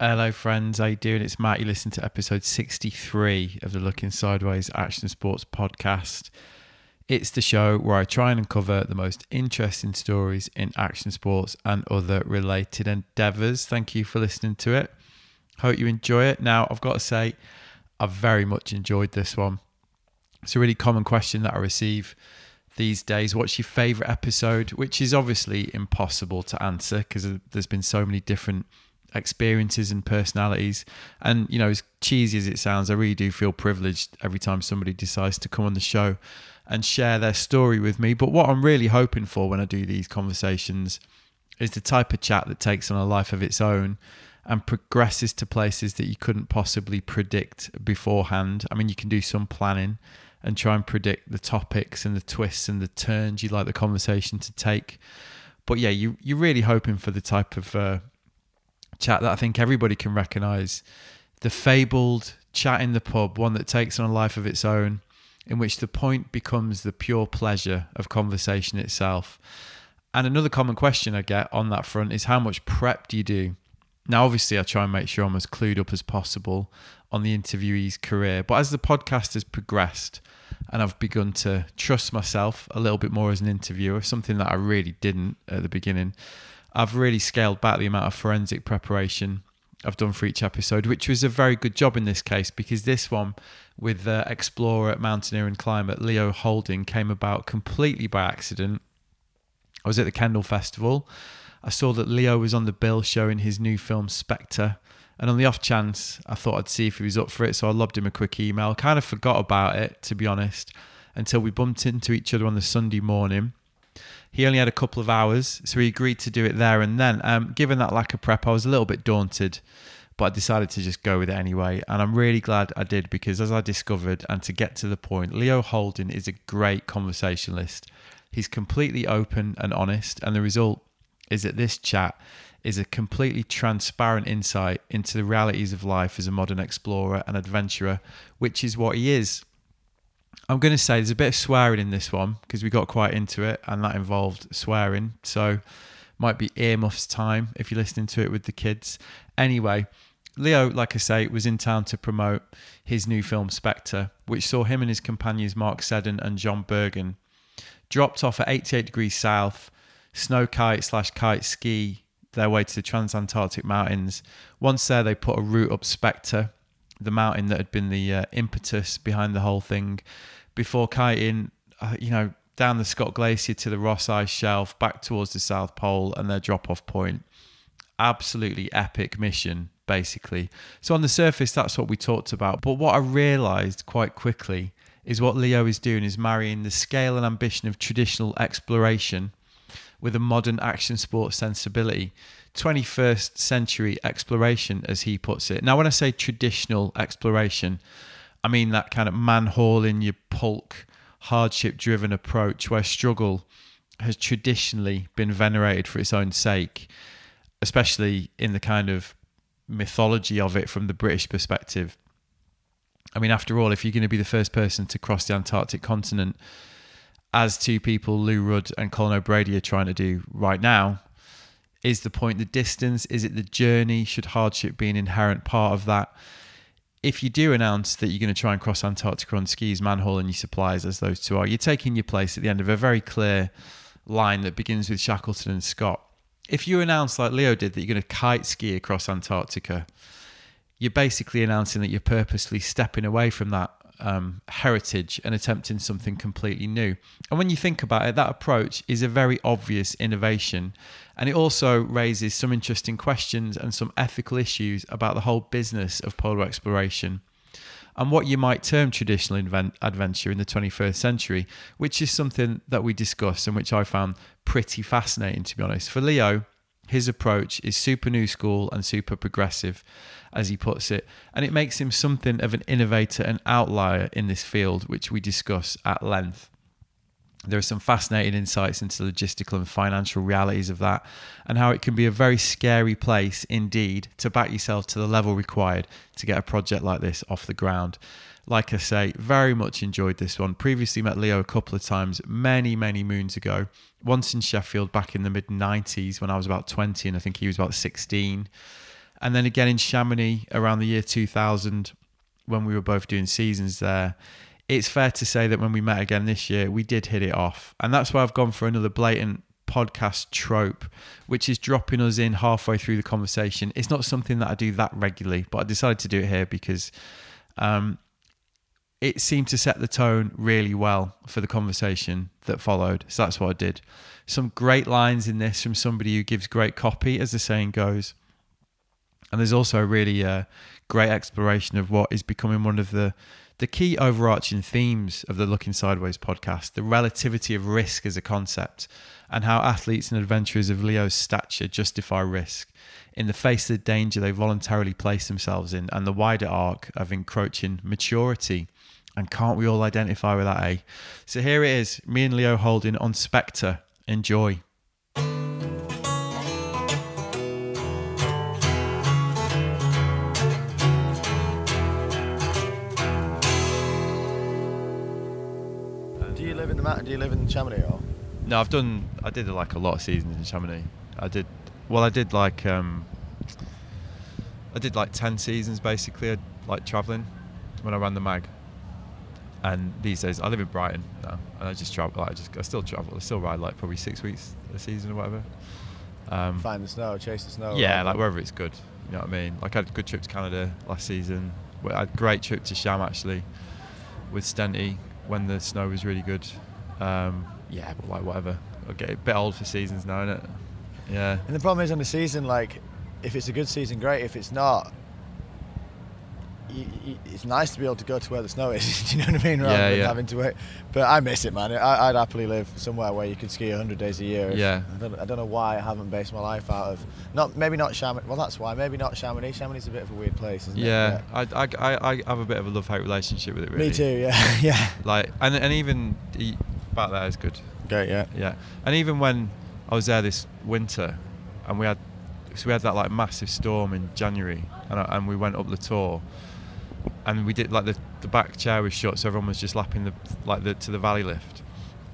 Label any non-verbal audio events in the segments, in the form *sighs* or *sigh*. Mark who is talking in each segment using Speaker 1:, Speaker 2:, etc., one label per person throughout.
Speaker 1: Hello, friends. How you doing? It's Matt. You listen to episode 63 of the Looking Sideways Action Sports podcast. It's the show where I try and uncover the most interesting stories in action sports and other related endeavors. Thank you for listening to it. Hope you enjoy it. Now, I've got to say, I've very much enjoyed this one. It's a really common question that I receive these days. What's your favorite episode? Which is obviously impossible to answer because there's been so many different experiences and personalities. And, you know, as cheesy as it sounds, I really do feel privileged every time somebody decides to come on the show and share their story with me. But what I'm really hoping for when I do these conversations is the type of chat that takes on a life of its own and progresses to places that you couldn't possibly predict beforehand. I mean, you can do some planning and try and predict the topics and the twists and the turns you'd like the conversation to take. But yeah, you, you're really hoping for the type of uh, chat that I think everybody can recognize. The fabled chat in the pub, one that takes on a life of its own, in which the point becomes the pure pleasure of conversation itself. And another common question I get on that front is how much prep do you do? Now, obviously, I try and make sure I'm as clued up as possible on the interviewee's career. But as the podcast has progressed and I've begun to trust myself a little bit more as an interviewer, something that I really didn't at the beginning, I've really scaled back the amount of forensic preparation I've done for each episode, which was a very good job in this case because this one with the explorer, mountaineer, and climate, Leo Holding, came about completely by accident. I was at the Kendall Festival. I saw that Leo was on the bill showing his new film Spectre. And on the off chance, I thought I'd see if he was up for it. So I lobbed him a quick email. Kind of forgot about it, to be honest, until we bumped into each other on the Sunday morning. He only had a couple of hours, so he agreed to do it there and then. Um, given that lack of prep, I was a little bit daunted, but I decided to just go with it anyway. And I'm really glad I did because, as I discovered, and to get to the point, Leo Holden is a great conversationalist. He's completely open and honest, and the result is that this chat is a completely transparent insight into the realities of life as a modern explorer and adventurer, which is what he is. I'm going to say there's a bit of swearing in this one because we got quite into it and that involved swearing. So might be earmuffs time if you're listening to it with the kids. Anyway, Leo, like I say, was in town to promote his new film Spectre, which saw him and his companions Mark Seddon and John Bergen dropped off at 88 degrees south, snow kite slash kite ski their way to the Transantarctic Mountains. Once there, they put a route up Spectre the mountain that had been the uh, impetus behind the whole thing before kiting, uh, you know, down the Scott Glacier to the Ross Ice Shelf, back towards the South Pole and their drop off point. Absolutely epic mission, basically. So, on the surface, that's what we talked about. But what I realized quite quickly is what Leo is doing is marrying the scale and ambition of traditional exploration with a modern action sports sensibility. 21st century exploration, as he puts it. Now, when I say traditional exploration, I mean that kind of man hauling your pulk, hardship driven approach where struggle has traditionally been venerated for its own sake, especially in the kind of mythology of it from the British perspective. I mean, after all, if you're going to be the first person to cross the Antarctic continent, as two people, Lou Rudd and Colin O'Brady, are trying to do right now, is the point the distance? Is it the journey? Should hardship be an inherent part of that? If you do announce that you're going to try and cross Antarctica on skis, manhole, and your supplies, as those two are, you're taking your place at the end of a very clear line that begins with Shackleton and Scott. If you announce, like Leo did, that you're going to kite ski across Antarctica, you're basically announcing that you're purposely stepping away from that um, heritage and attempting something completely new. And when you think about it, that approach is a very obvious innovation. And it also raises some interesting questions and some ethical issues about the whole business of polar exploration and what you might term traditional invent- adventure in the 21st century, which is something that we discussed and which I found pretty fascinating, to be honest. For Leo, his approach is super new school and super progressive, as he puts it, and it makes him something of an innovator and outlier in this field, which we discuss at length. There are some fascinating insights into logistical and financial realities of that, and how it can be a very scary place indeed to back yourself to the level required to get a project like this off the ground. Like I say, very much enjoyed this one. Previously met Leo a couple of times, many, many moons ago. Once in Sheffield back in the mid 90s when I was about 20, and I think he was about 16. And then again in Chamonix around the year 2000, when we were both doing seasons there, it's fair to say that when we met again this year, we did hit it off. And that's why I've gone for another blatant podcast trope, which is dropping us in halfway through the conversation. It's not something that I do that regularly, but I decided to do it here because um, it seemed to set the tone really well for the conversation that followed. So that's what I did. Some great lines in this from somebody who gives great copy, as the saying goes. And there's also a really uh, great exploration of what is becoming one of the the key overarching themes of the Looking Sideways podcast the relativity of risk as a concept, and how athletes and adventurers of Leo's stature justify risk in the face of the danger they voluntarily place themselves in, and the wider arc of encroaching maturity. And can't we all identify with that, eh? So here it is me and Leo holding on Spectre. Enjoy.
Speaker 2: Uh, Do you live in the mountain? Do you live in Chamonix? Or?
Speaker 1: No, I've done. I did like a lot of seasons in Chamonix. I did. Well, I did like. Um, I did like ten seasons basically. I, like traveling when I ran the mag. And these days, I live in Brighton now, and I just travel. Like, I just, I still travel. I still ride like probably six weeks a season or whatever. Um,
Speaker 2: Find the snow, chase the snow.
Speaker 1: yeah,
Speaker 2: or-
Speaker 1: like wherever it's good. You know what I mean? Like I had a good trip to Canada last season. We- I had a great trip to Sham actually with Stenty when the snow was really good. Um, yeah, but like whatever. I get a bit old for seasons now, innit? Yeah.
Speaker 2: And the problem is on the season, like, if it's a good season, great. If it's not, y y it's nice to be able to go to where the snow is. *laughs* do you know what I mean? Rather
Speaker 1: Yeah,
Speaker 2: than
Speaker 1: yeah.
Speaker 2: having to wait. But I miss it, man. I, I'd happily live somewhere where you could ski 100 days a year. if-
Speaker 1: Yeah.
Speaker 2: I don't, I don't know why I haven't based my life out of not maybe not Chamonix. Well, that's why maybe not Chamonix. Chamonix is a bit of a weird place, isn't
Speaker 1: Yeah.
Speaker 2: it?
Speaker 1: I, I, I, I have a bit of a love hate relationship with it really.
Speaker 2: Me too. Yeah. *laughs* yeah.
Speaker 1: Like and and even e- back there is good.
Speaker 2: Great. Yeah.
Speaker 1: Yeah, and even when I was there this winter, and we had so we had that like massive storm in January, and, I, and we went up the tour, and we did like the, the back chair was shut, so everyone was just lapping the like the to the valley lift,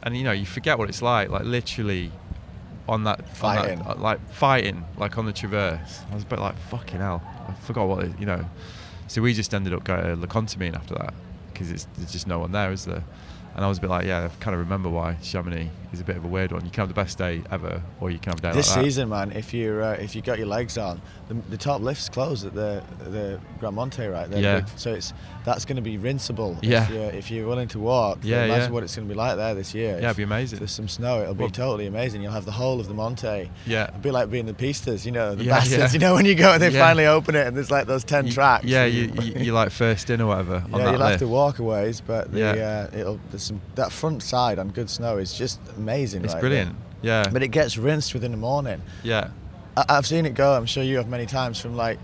Speaker 1: and you know you forget what it's like, like literally on that on that-
Speaker 2: Fighting.
Speaker 1: uh, like fighting, like on the traverse. I was a bit like fucking hell, I forgot what it, you know. So we just ended up going to Lecontamine after that because it's there's just no one there, is there? And I was a bit like, yeah, I kind of remember why Chamonix is a bit of a weird one. You can have the best day ever, or you can have a day
Speaker 2: This
Speaker 1: like that.
Speaker 2: season, man, if you uh, if you got your legs on, the, the top lifts closed at the the Grand Monte, right? there.
Speaker 1: Yeah.
Speaker 2: So it's that's going to be rinseable.
Speaker 1: Yeah.
Speaker 2: If you're, if you're willing to walk,
Speaker 1: Yeah,
Speaker 2: imagine
Speaker 1: yeah.
Speaker 2: what it's going to be like there this year.
Speaker 1: Yeah, it'd be
Speaker 2: If
Speaker 1: amazing.
Speaker 2: there's some snow, it'll be
Speaker 1: Well-
Speaker 2: totally amazing. You'll have the whole of the Monte.
Speaker 1: yeah.
Speaker 2: It'd be like being the pistas, you know, the
Speaker 1: Yeah,
Speaker 2: bastards.
Speaker 1: yeah.
Speaker 2: You know, when you go and they
Speaker 1: Yeah.
Speaker 2: finally open it and there's like those ten
Speaker 1: You-
Speaker 2: tracks.
Speaker 1: Yeah,
Speaker 2: and
Speaker 1: you,
Speaker 2: *laughs*
Speaker 1: you, you're like first in or whatever on
Speaker 2: yeah,
Speaker 1: that
Speaker 2: you'll have
Speaker 1: lift.
Speaker 2: to walk a ways, but the,
Speaker 1: Yeah.
Speaker 2: uh, it'll, there's some, that front side on good snow is just amazing.
Speaker 1: It's
Speaker 2: right there.
Speaker 1: brilliant. Yeah.
Speaker 2: But it gets rinsed within the morning.
Speaker 1: yeah.
Speaker 2: I- I've seen it go. I'm sure you have many times from like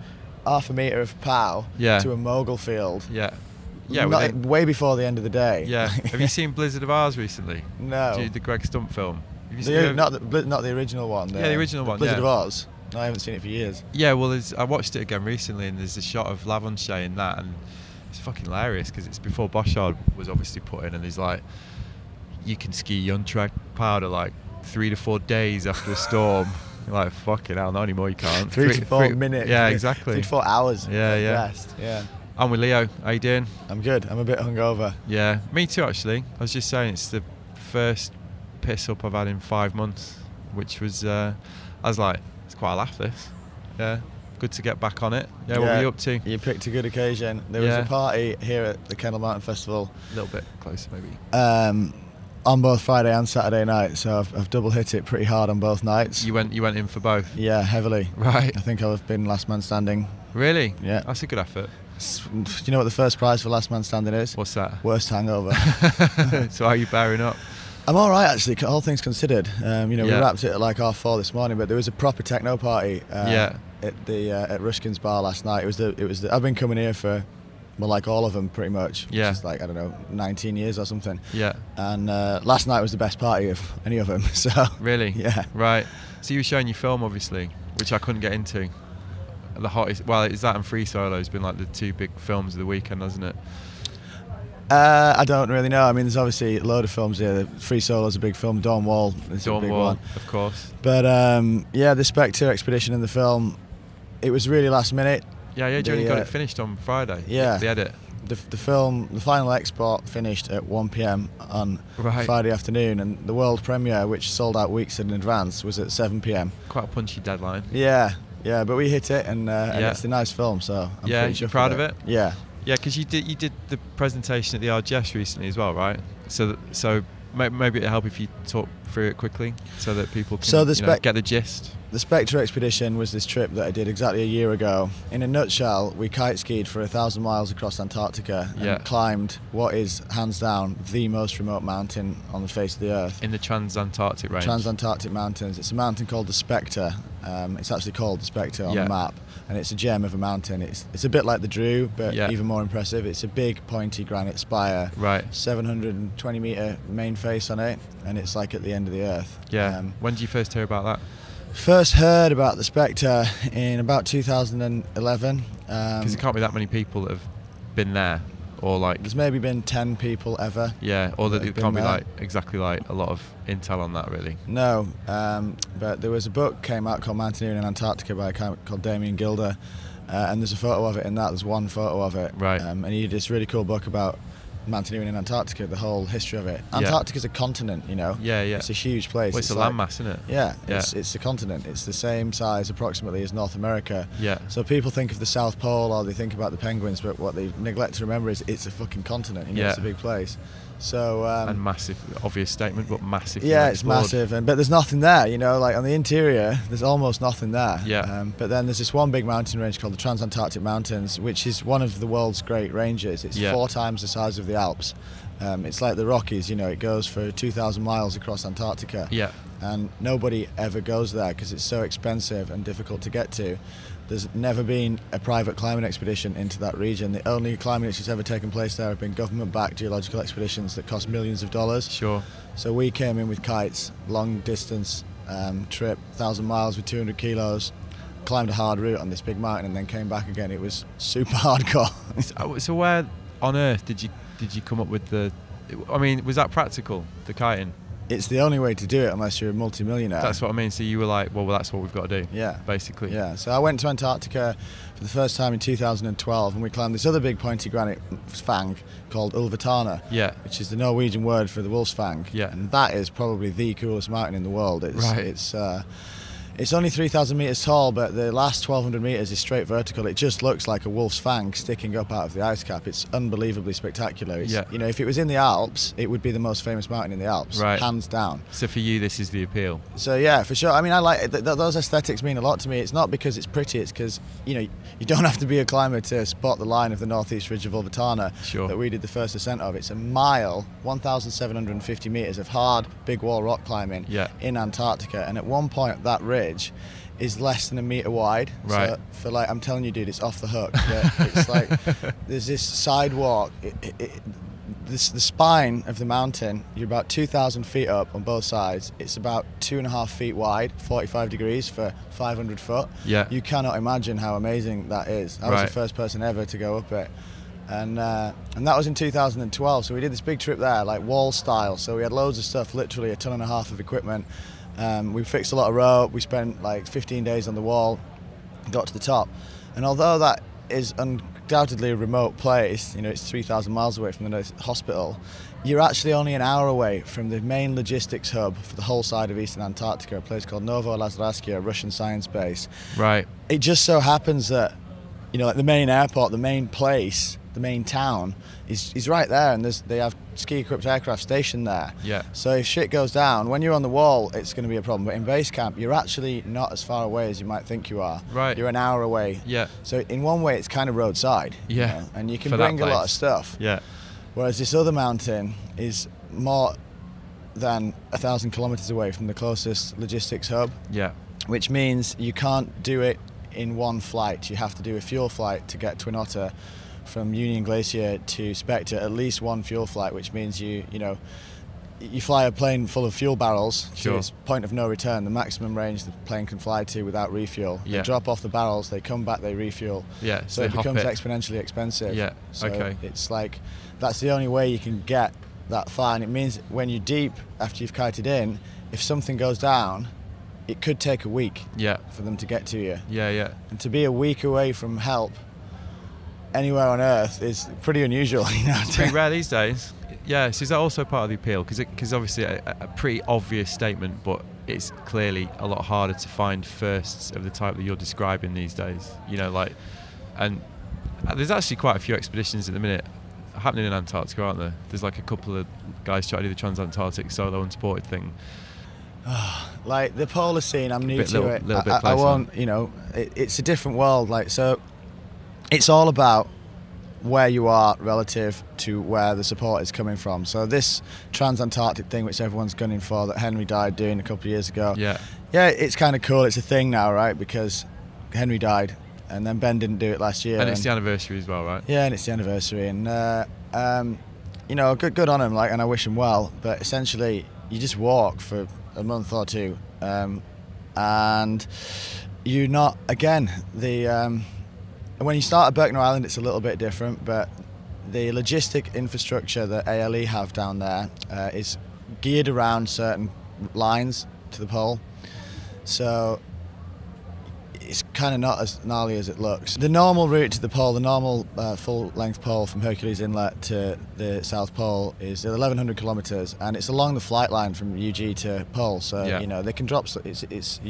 Speaker 2: half a meter of pow
Speaker 1: Yeah.
Speaker 2: to a mogul field.
Speaker 1: Yeah. Yeah.
Speaker 2: Not-
Speaker 1: within-
Speaker 2: way before the end of the day. *laughs*
Speaker 1: yeah. have you seen Blizzard of Ours recently?
Speaker 2: No.
Speaker 1: Do you- the Greg Stump film. Have you
Speaker 2: The-
Speaker 1: seen it?
Speaker 2: not the bli- not the original one.
Speaker 1: Yeah, the original one,
Speaker 2: Blizzard
Speaker 1: yeah.
Speaker 2: of Oz. No, I haven't seen it for years.
Speaker 1: Yeah, well, there's, I watched it again recently, and there's a shot of Lavanche in that, and it's fucking hilarious because it's before Bochard was obviously put in, and he's like, you can ski untracked powder like three to four days after a storm. You're like, fucking hell, not anymore, you can't.
Speaker 2: Three, to four minutes.
Speaker 1: Yeah, exactly.
Speaker 2: Three to four hours.
Speaker 1: Yeah,
Speaker 2: at
Speaker 1: yeah.
Speaker 2: Best. Yeah.
Speaker 1: I'm with Leo. How you doing?
Speaker 2: I'm good. I'm a bit hungover.
Speaker 1: Yeah, me too, actually. I was just saying it's the first piss up I've had in five months, which was, uh, I was like, it's quite a laugh, this. Yeah, good to get back on it. Yeah, what were you up to?
Speaker 2: You picked a good occasion. There
Speaker 1: Yeah.
Speaker 2: was a party here at the Kendall Mountain Festival.
Speaker 1: A little bit closer, maybe.
Speaker 2: Um, on both Friday and Saturday night, so I've, I've double hit it pretty hard on both nights.
Speaker 1: You went you went in for both.
Speaker 2: yeah, heavily.
Speaker 1: Right.
Speaker 2: I think I've been last man standing.
Speaker 1: Really?
Speaker 2: Yeah.
Speaker 1: That's a good effort.
Speaker 2: S- Do you know what the first prize for last man standing is?
Speaker 1: What's that?
Speaker 2: Worst hangover.
Speaker 1: *laughs* so how are you bearing up?
Speaker 2: I'm all right actually. All things considered, um, you know,
Speaker 1: Yeah.
Speaker 2: we wrapped it at like half four this morning, but there was a proper techno party. Uh,
Speaker 1: Yeah.
Speaker 2: At the uh, at Ruskin's bar last night. It was the it was the. I've been coming here for, well, like all of them pretty much. which
Speaker 1: Yeah.
Speaker 2: is like I don't know, 19 years or something.
Speaker 1: Yeah.
Speaker 2: And uh, last night was the best party of any of them. *laughs* So.
Speaker 1: Really?
Speaker 2: Yeah.
Speaker 1: Right. So you were showing your film obviously, which I couldn't get into. The hottest well, is that and Free Solo has been like the two big films of the weekend, hasn't it?
Speaker 2: Uh, I don't really know. I mean, there's obviously a load of films here. Free Solo's a big film. Dawn Wall is a
Speaker 1: Dawn
Speaker 2: big
Speaker 1: Wall,
Speaker 2: one.
Speaker 1: of course.
Speaker 2: But um, yeah, the Spectre expedition in the film it was really last minute.
Speaker 1: Yeah, yeah, you
Speaker 2: The,
Speaker 1: only got
Speaker 2: uh,
Speaker 1: it finished on Friday.
Speaker 2: yeah.
Speaker 1: The edit.
Speaker 2: The, the film, the final export finished at 1 p.m. on
Speaker 1: Right.
Speaker 2: Friday afternoon, and the world premiere, which sold out weeks in advance, was at 7 p.m.
Speaker 1: Quite a punchy deadline.
Speaker 2: Yeah, yeah, but we hit it, and, uh, and
Speaker 1: Yeah.
Speaker 2: it's a nice film, so I'm
Speaker 1: Yeah,
Speaker 2: pretty
Speaker 1: you
Speaker 2: chuffed
Speaker 1: proud
Speaker 2: with
Speaker 1: of it?
Speaker 2: Yeah,
Speaker 1: Yeah, because you did you did the presentation at the RGS recently as well, right? So that, so may- maybe it'll help if you talk through it quickly so that people can
Speaker 2: So the
Speaker 1: you know,
Speaker 2: spec-
Speaker 1: get the gist.
Speaker 2: The Spectre expedition was this trip that I did exactly a year ago. In a nutshell, we kite skied for a thousand miles across Antarctica and
Speaker 1: Yeah.
Speaker 2: climbed what is hands down the most remote mountain on the face of the earth.
Speaker 1: in the Transantarctic range.
Speaker 2: Transantarctic Mountains. It's a mountain called the Spectre. Um, it's actually called the Spectre on
Speaker 1: Yeah.
Speaker 2: the map, and it's a gem of a mountain. It's it's a bit like the Drew, but
Speaker 1: Yeah.
Speaker 2: even more impressive. It's a big pointy granite spire,
Speaker 1: Right.
Speaker 2: 720 meter main face on it, and it's like at the end of the earth.
Speaker 1: Yeah.
Speaker 2: Um,
Speaker 1: when did you first hear about that?
Speaker 2: First heard about the Spectre in about 2011. Um,
Speaker 1: Because there can't be that many people that have been there, or like,
Speaker 2: there's maybe been 10 people ever.
Speaker 1: yeah, or that
Speaker 2: that
Speaker 1: it
Speaker 2: have been
Speaker 1: can't be
Speaker 2: there.
Speaker 1: like exactly like a lot of intel on that really.
Speaker 2: No, um, but there was a book came out called Mountaineering in Antarctica by a guy called Damien Gilder, uh, and there's a photo of it in that. There's one photo of it.
Speaker 1: Right.
Speaker 2: Um, and he did this really cool book about mountaineering in Antarctica, the whole history of it.
Speaker 1: Yeah.
Speaker 2: Antarctica's a continent, you know.
Speaker 1: Yeah, yeah.
Speaker 2: It's a huge place.
Speaker 1: well, it's, a
Speaker 2: like-
Speaker 1: landmass, isn't it?
Speaker 2: Yeah,
Speaker 1: Yeah.
Speaker 2: It's, it's a continent. It's the same size approximately as North America.
Speaker 1: Yeah.
Speaker 2: So people think of the South Pole or they think about the penguins, but what they neglect to remember is it's a fucking continent. You know,
Speaker 1: Yeah.
Speaker 2: It's a big place. So um,
Speaker 1: and massive, obvious statement, but massive.
Speaker 2: yeah, it's massive, and but there's nothing there. You know, like on the interior, there's almost nothing there.
Speaker 1: Yeah.
Speaker 2: Um, but then there's this one big mountain range called the Transantarctic Mountains, which is one of the world's great ranges. It's
Speaker 1: Yeah.
Speaker 2: four times the size of the Alps. Um, it's like the Rockies. You know, it goes for 2,000 miles across Antarctica.
Speaker 1: Yeah.
Speaker 2: And nobody ever goes there because it's so expensive and difficult to get to. There's never been a private climbing expedition into that region. The only climbing that's ever taken place there have been government-backed geological expeditions that cost millions of dollars.
Speaker 1: Sure.
Speaker 2: So we came in with kites, long distance um, trip, thousand miles with 200 kilos, climbed a hard route on this big mountain, and then came back again. It was super *laughs* hardcore.
Speaker 1: So, oh, so where on earth did you did you come up with the? I mean, was that practical? The kiting.
Speaker 2: it's the only way to do it unless you're a multimillionaire.
Speaker 1: That's what I mean. So you were like, well, well that's what we've got to do.
Speaker 2: Yeah.
Speaker 1: Basically.
Speaker 2: Yeah, so I went to Antarctica for the first time in 2012, and we climbed this other big pointy granite fang called Ulvatana.
Speaker 1: Yeah.
Speaker 2: which is the Norwegian word for the wolf's fang.
Speaker 1: Yeah.
Speaker 2: and that is probably the coolest mountain in the world. It's,
Speaker 1: Right.
Speaker 2: It's uh, it's only 3,000 meters tall, but the last 1,200 meters is straight vertical. It just looks like a wolf's fang sticking up out of the ice cap. It's unbelievably spectacular. It's,
Speaker 1: Yeah.
Speaker 2: you know, if it was in the Alps, it would be the most famous mountain in the Alps,
Speaker 1: Right.
Speaker 2: hands down.
Speaker 1: So for you, this is the appeal.
Speaker 2: So yeah, for sure. I mean, I like it. Th- th- those aesthetics mean a lot to me. It's not because it's pretty. It's because you know you don't have to be a climber to spot the line of the northeast ridge of Ulvatana
Speaker 1: Sure.
Speaker 2: that we did the first ascent of. It's a mile, 1,750 meters of hard big wall rock climbing
Speaker 1: Yeah.
Speaker 2: in Antarctica, and at one point that ridge is less than a meter wide.
Speaker 1: Right.
Speaker 2: So for like, I'm telling you, dude, it's off the hook. But
Speaker 1: *laughs*
Speaker 2: it's like there's this sidewalk. It, it, it, this, the spine of the mountain, you're about 2,000 feet up on both sides. It's about two and a half feet wide, 45 degrees for 500 foot.
Speaker 1: Yeah.
Speaker 2: You cannot imagine how amazing that is. I was
Speaker 1: Right.
Speaker 2: the first person ever to go up it. And, uh, and that was in 2012. So we did this big trip there, like wall style. So we had loads of stuff, literally a ton and a half of equipment. Um, we fixed a lot of rope. We spent like 15 days on the wall got to the top. And although that is undoubtedly a remote place, you know, it's 3,000 miles away from the nearest hospital, you're actually only an hour away from the main logistics hub for the whole side of eastern Antarctica, a place called Novo Lazarskia, a Russian science base.
Speaker 1: Right.
Speaker 2: It just so happens that, you know, like the main airport, the main place, the main town is, is right there, and there's, they have ski equipped aircraft stationed there.
Speaker 1: Yeah.
Speaker 2: So if shit goes down, when you're on the wall, it's going to be a problem. But in base camp, you're actually not as far away as you might think you are.
Speaker 1: Right.
Speaker 2: You're an hour away.
Speaker 1: Yeah.
Speaker 2: So in one way, it's kind of roadside. you
Speaker 1: Yeah,
Speaker 2: know, and you can
Speaker 1: for that
Speaker 2: bring a lot of
Speaker 1: place.
Speaker 2: stuff.
Speaker 1: Yeah.
Speaker 2: Whereas this other mountain is more than a thousand kilometers away from the closest logistics hub,
Speaker 1: Yeah.
Speaker 2: which means you can't do it in one flight. You have to do a fuel flight to get Twin Otter from Union Glacier to Spectre. At least one fuel flight, which means you you know. You fly a plane full of fuel barrels
Speaker 1: Sure.
Speaker 2: to its point of no return, the maximum range the plane can fly to without refuel.
Speaker 1: Yeah.
Speaker 2: They drop off the barrels, they come back, they refuel.
Speaker 1: Yeah, so
Speaker 2: So
Speaker 1: they
Speaker 2: it
Speaker 1: hop
Speaker 2: becomes
Speaker 1: it.
Speaker 2: exponentially expensive.
Speaker 1: Yeah,
Speaker 2: So
Speaker 1: okay.
Speaker 2: It's like that's the only way you can get that far, and it means when you're deep after you've kited in, if something goes down, it could take a week
Speaker 1: Yeah.
Speaker 2: for them to get to you.
Speaker 1: Yeah. Yeah.
Speaker 2: And to be a week away from help anywhere on earth is pretty unusual. *laughs* You know?
Speaker 1: Pretty rare these days. Yeah. So is that also part of the appeal? Because because obviously a, a pretty obvious statement, but it's clearly a lot harder to find firsts of the type that you're describing these days. You know, like, and uh, there's actually quite a few expeditions at the minute happening in Antarctica, aren't there? There's like a couple of guys trying to do the Transantarctic solo unsupported thing.
Speaker 2: Ah, like the polar scene i'm new
Speaker 1: Bit
Speaker 2: to
Speaker 1: little-
Speaker 2: it
Speaker 1: little bit
Speaker 2: I, I- I
Speaker 1: closer.
Speaker 2: won't you know it, it's a different world like so it's all about where you are relative to where the support is coming from so this transantarctic thing which everyone's gunning for that henry died doing a couple of years ago
Speaker 1: Yeah.
Speaker 2: yeah it's kind of cool it's a thing now right because henry died and then ben didn't do it last year
Speaker 1: and it's the anniversary as well, right?
Speaker 2: yeah, and it's the anniversary, and uh, um, you know, good good on him. Like, and I wish him well. But essentially, you just walk for a month or two, um, and you're not again the um, when you start at Berkner Island, it's a little bit different, but the logistic infrastructure that ALE have down there uh, is geared around certain lines to the pole. So it's kind of not as gnarly as it looks. The normal route to the pole, the normal uh, full-length pole from Hercules Inlet to the South Pole is 1,100 kilometers, and it's along the flight line from UG to pole. So
Speaker 1: Yeah.
Speaker 2: you know they can drop. s- It's it's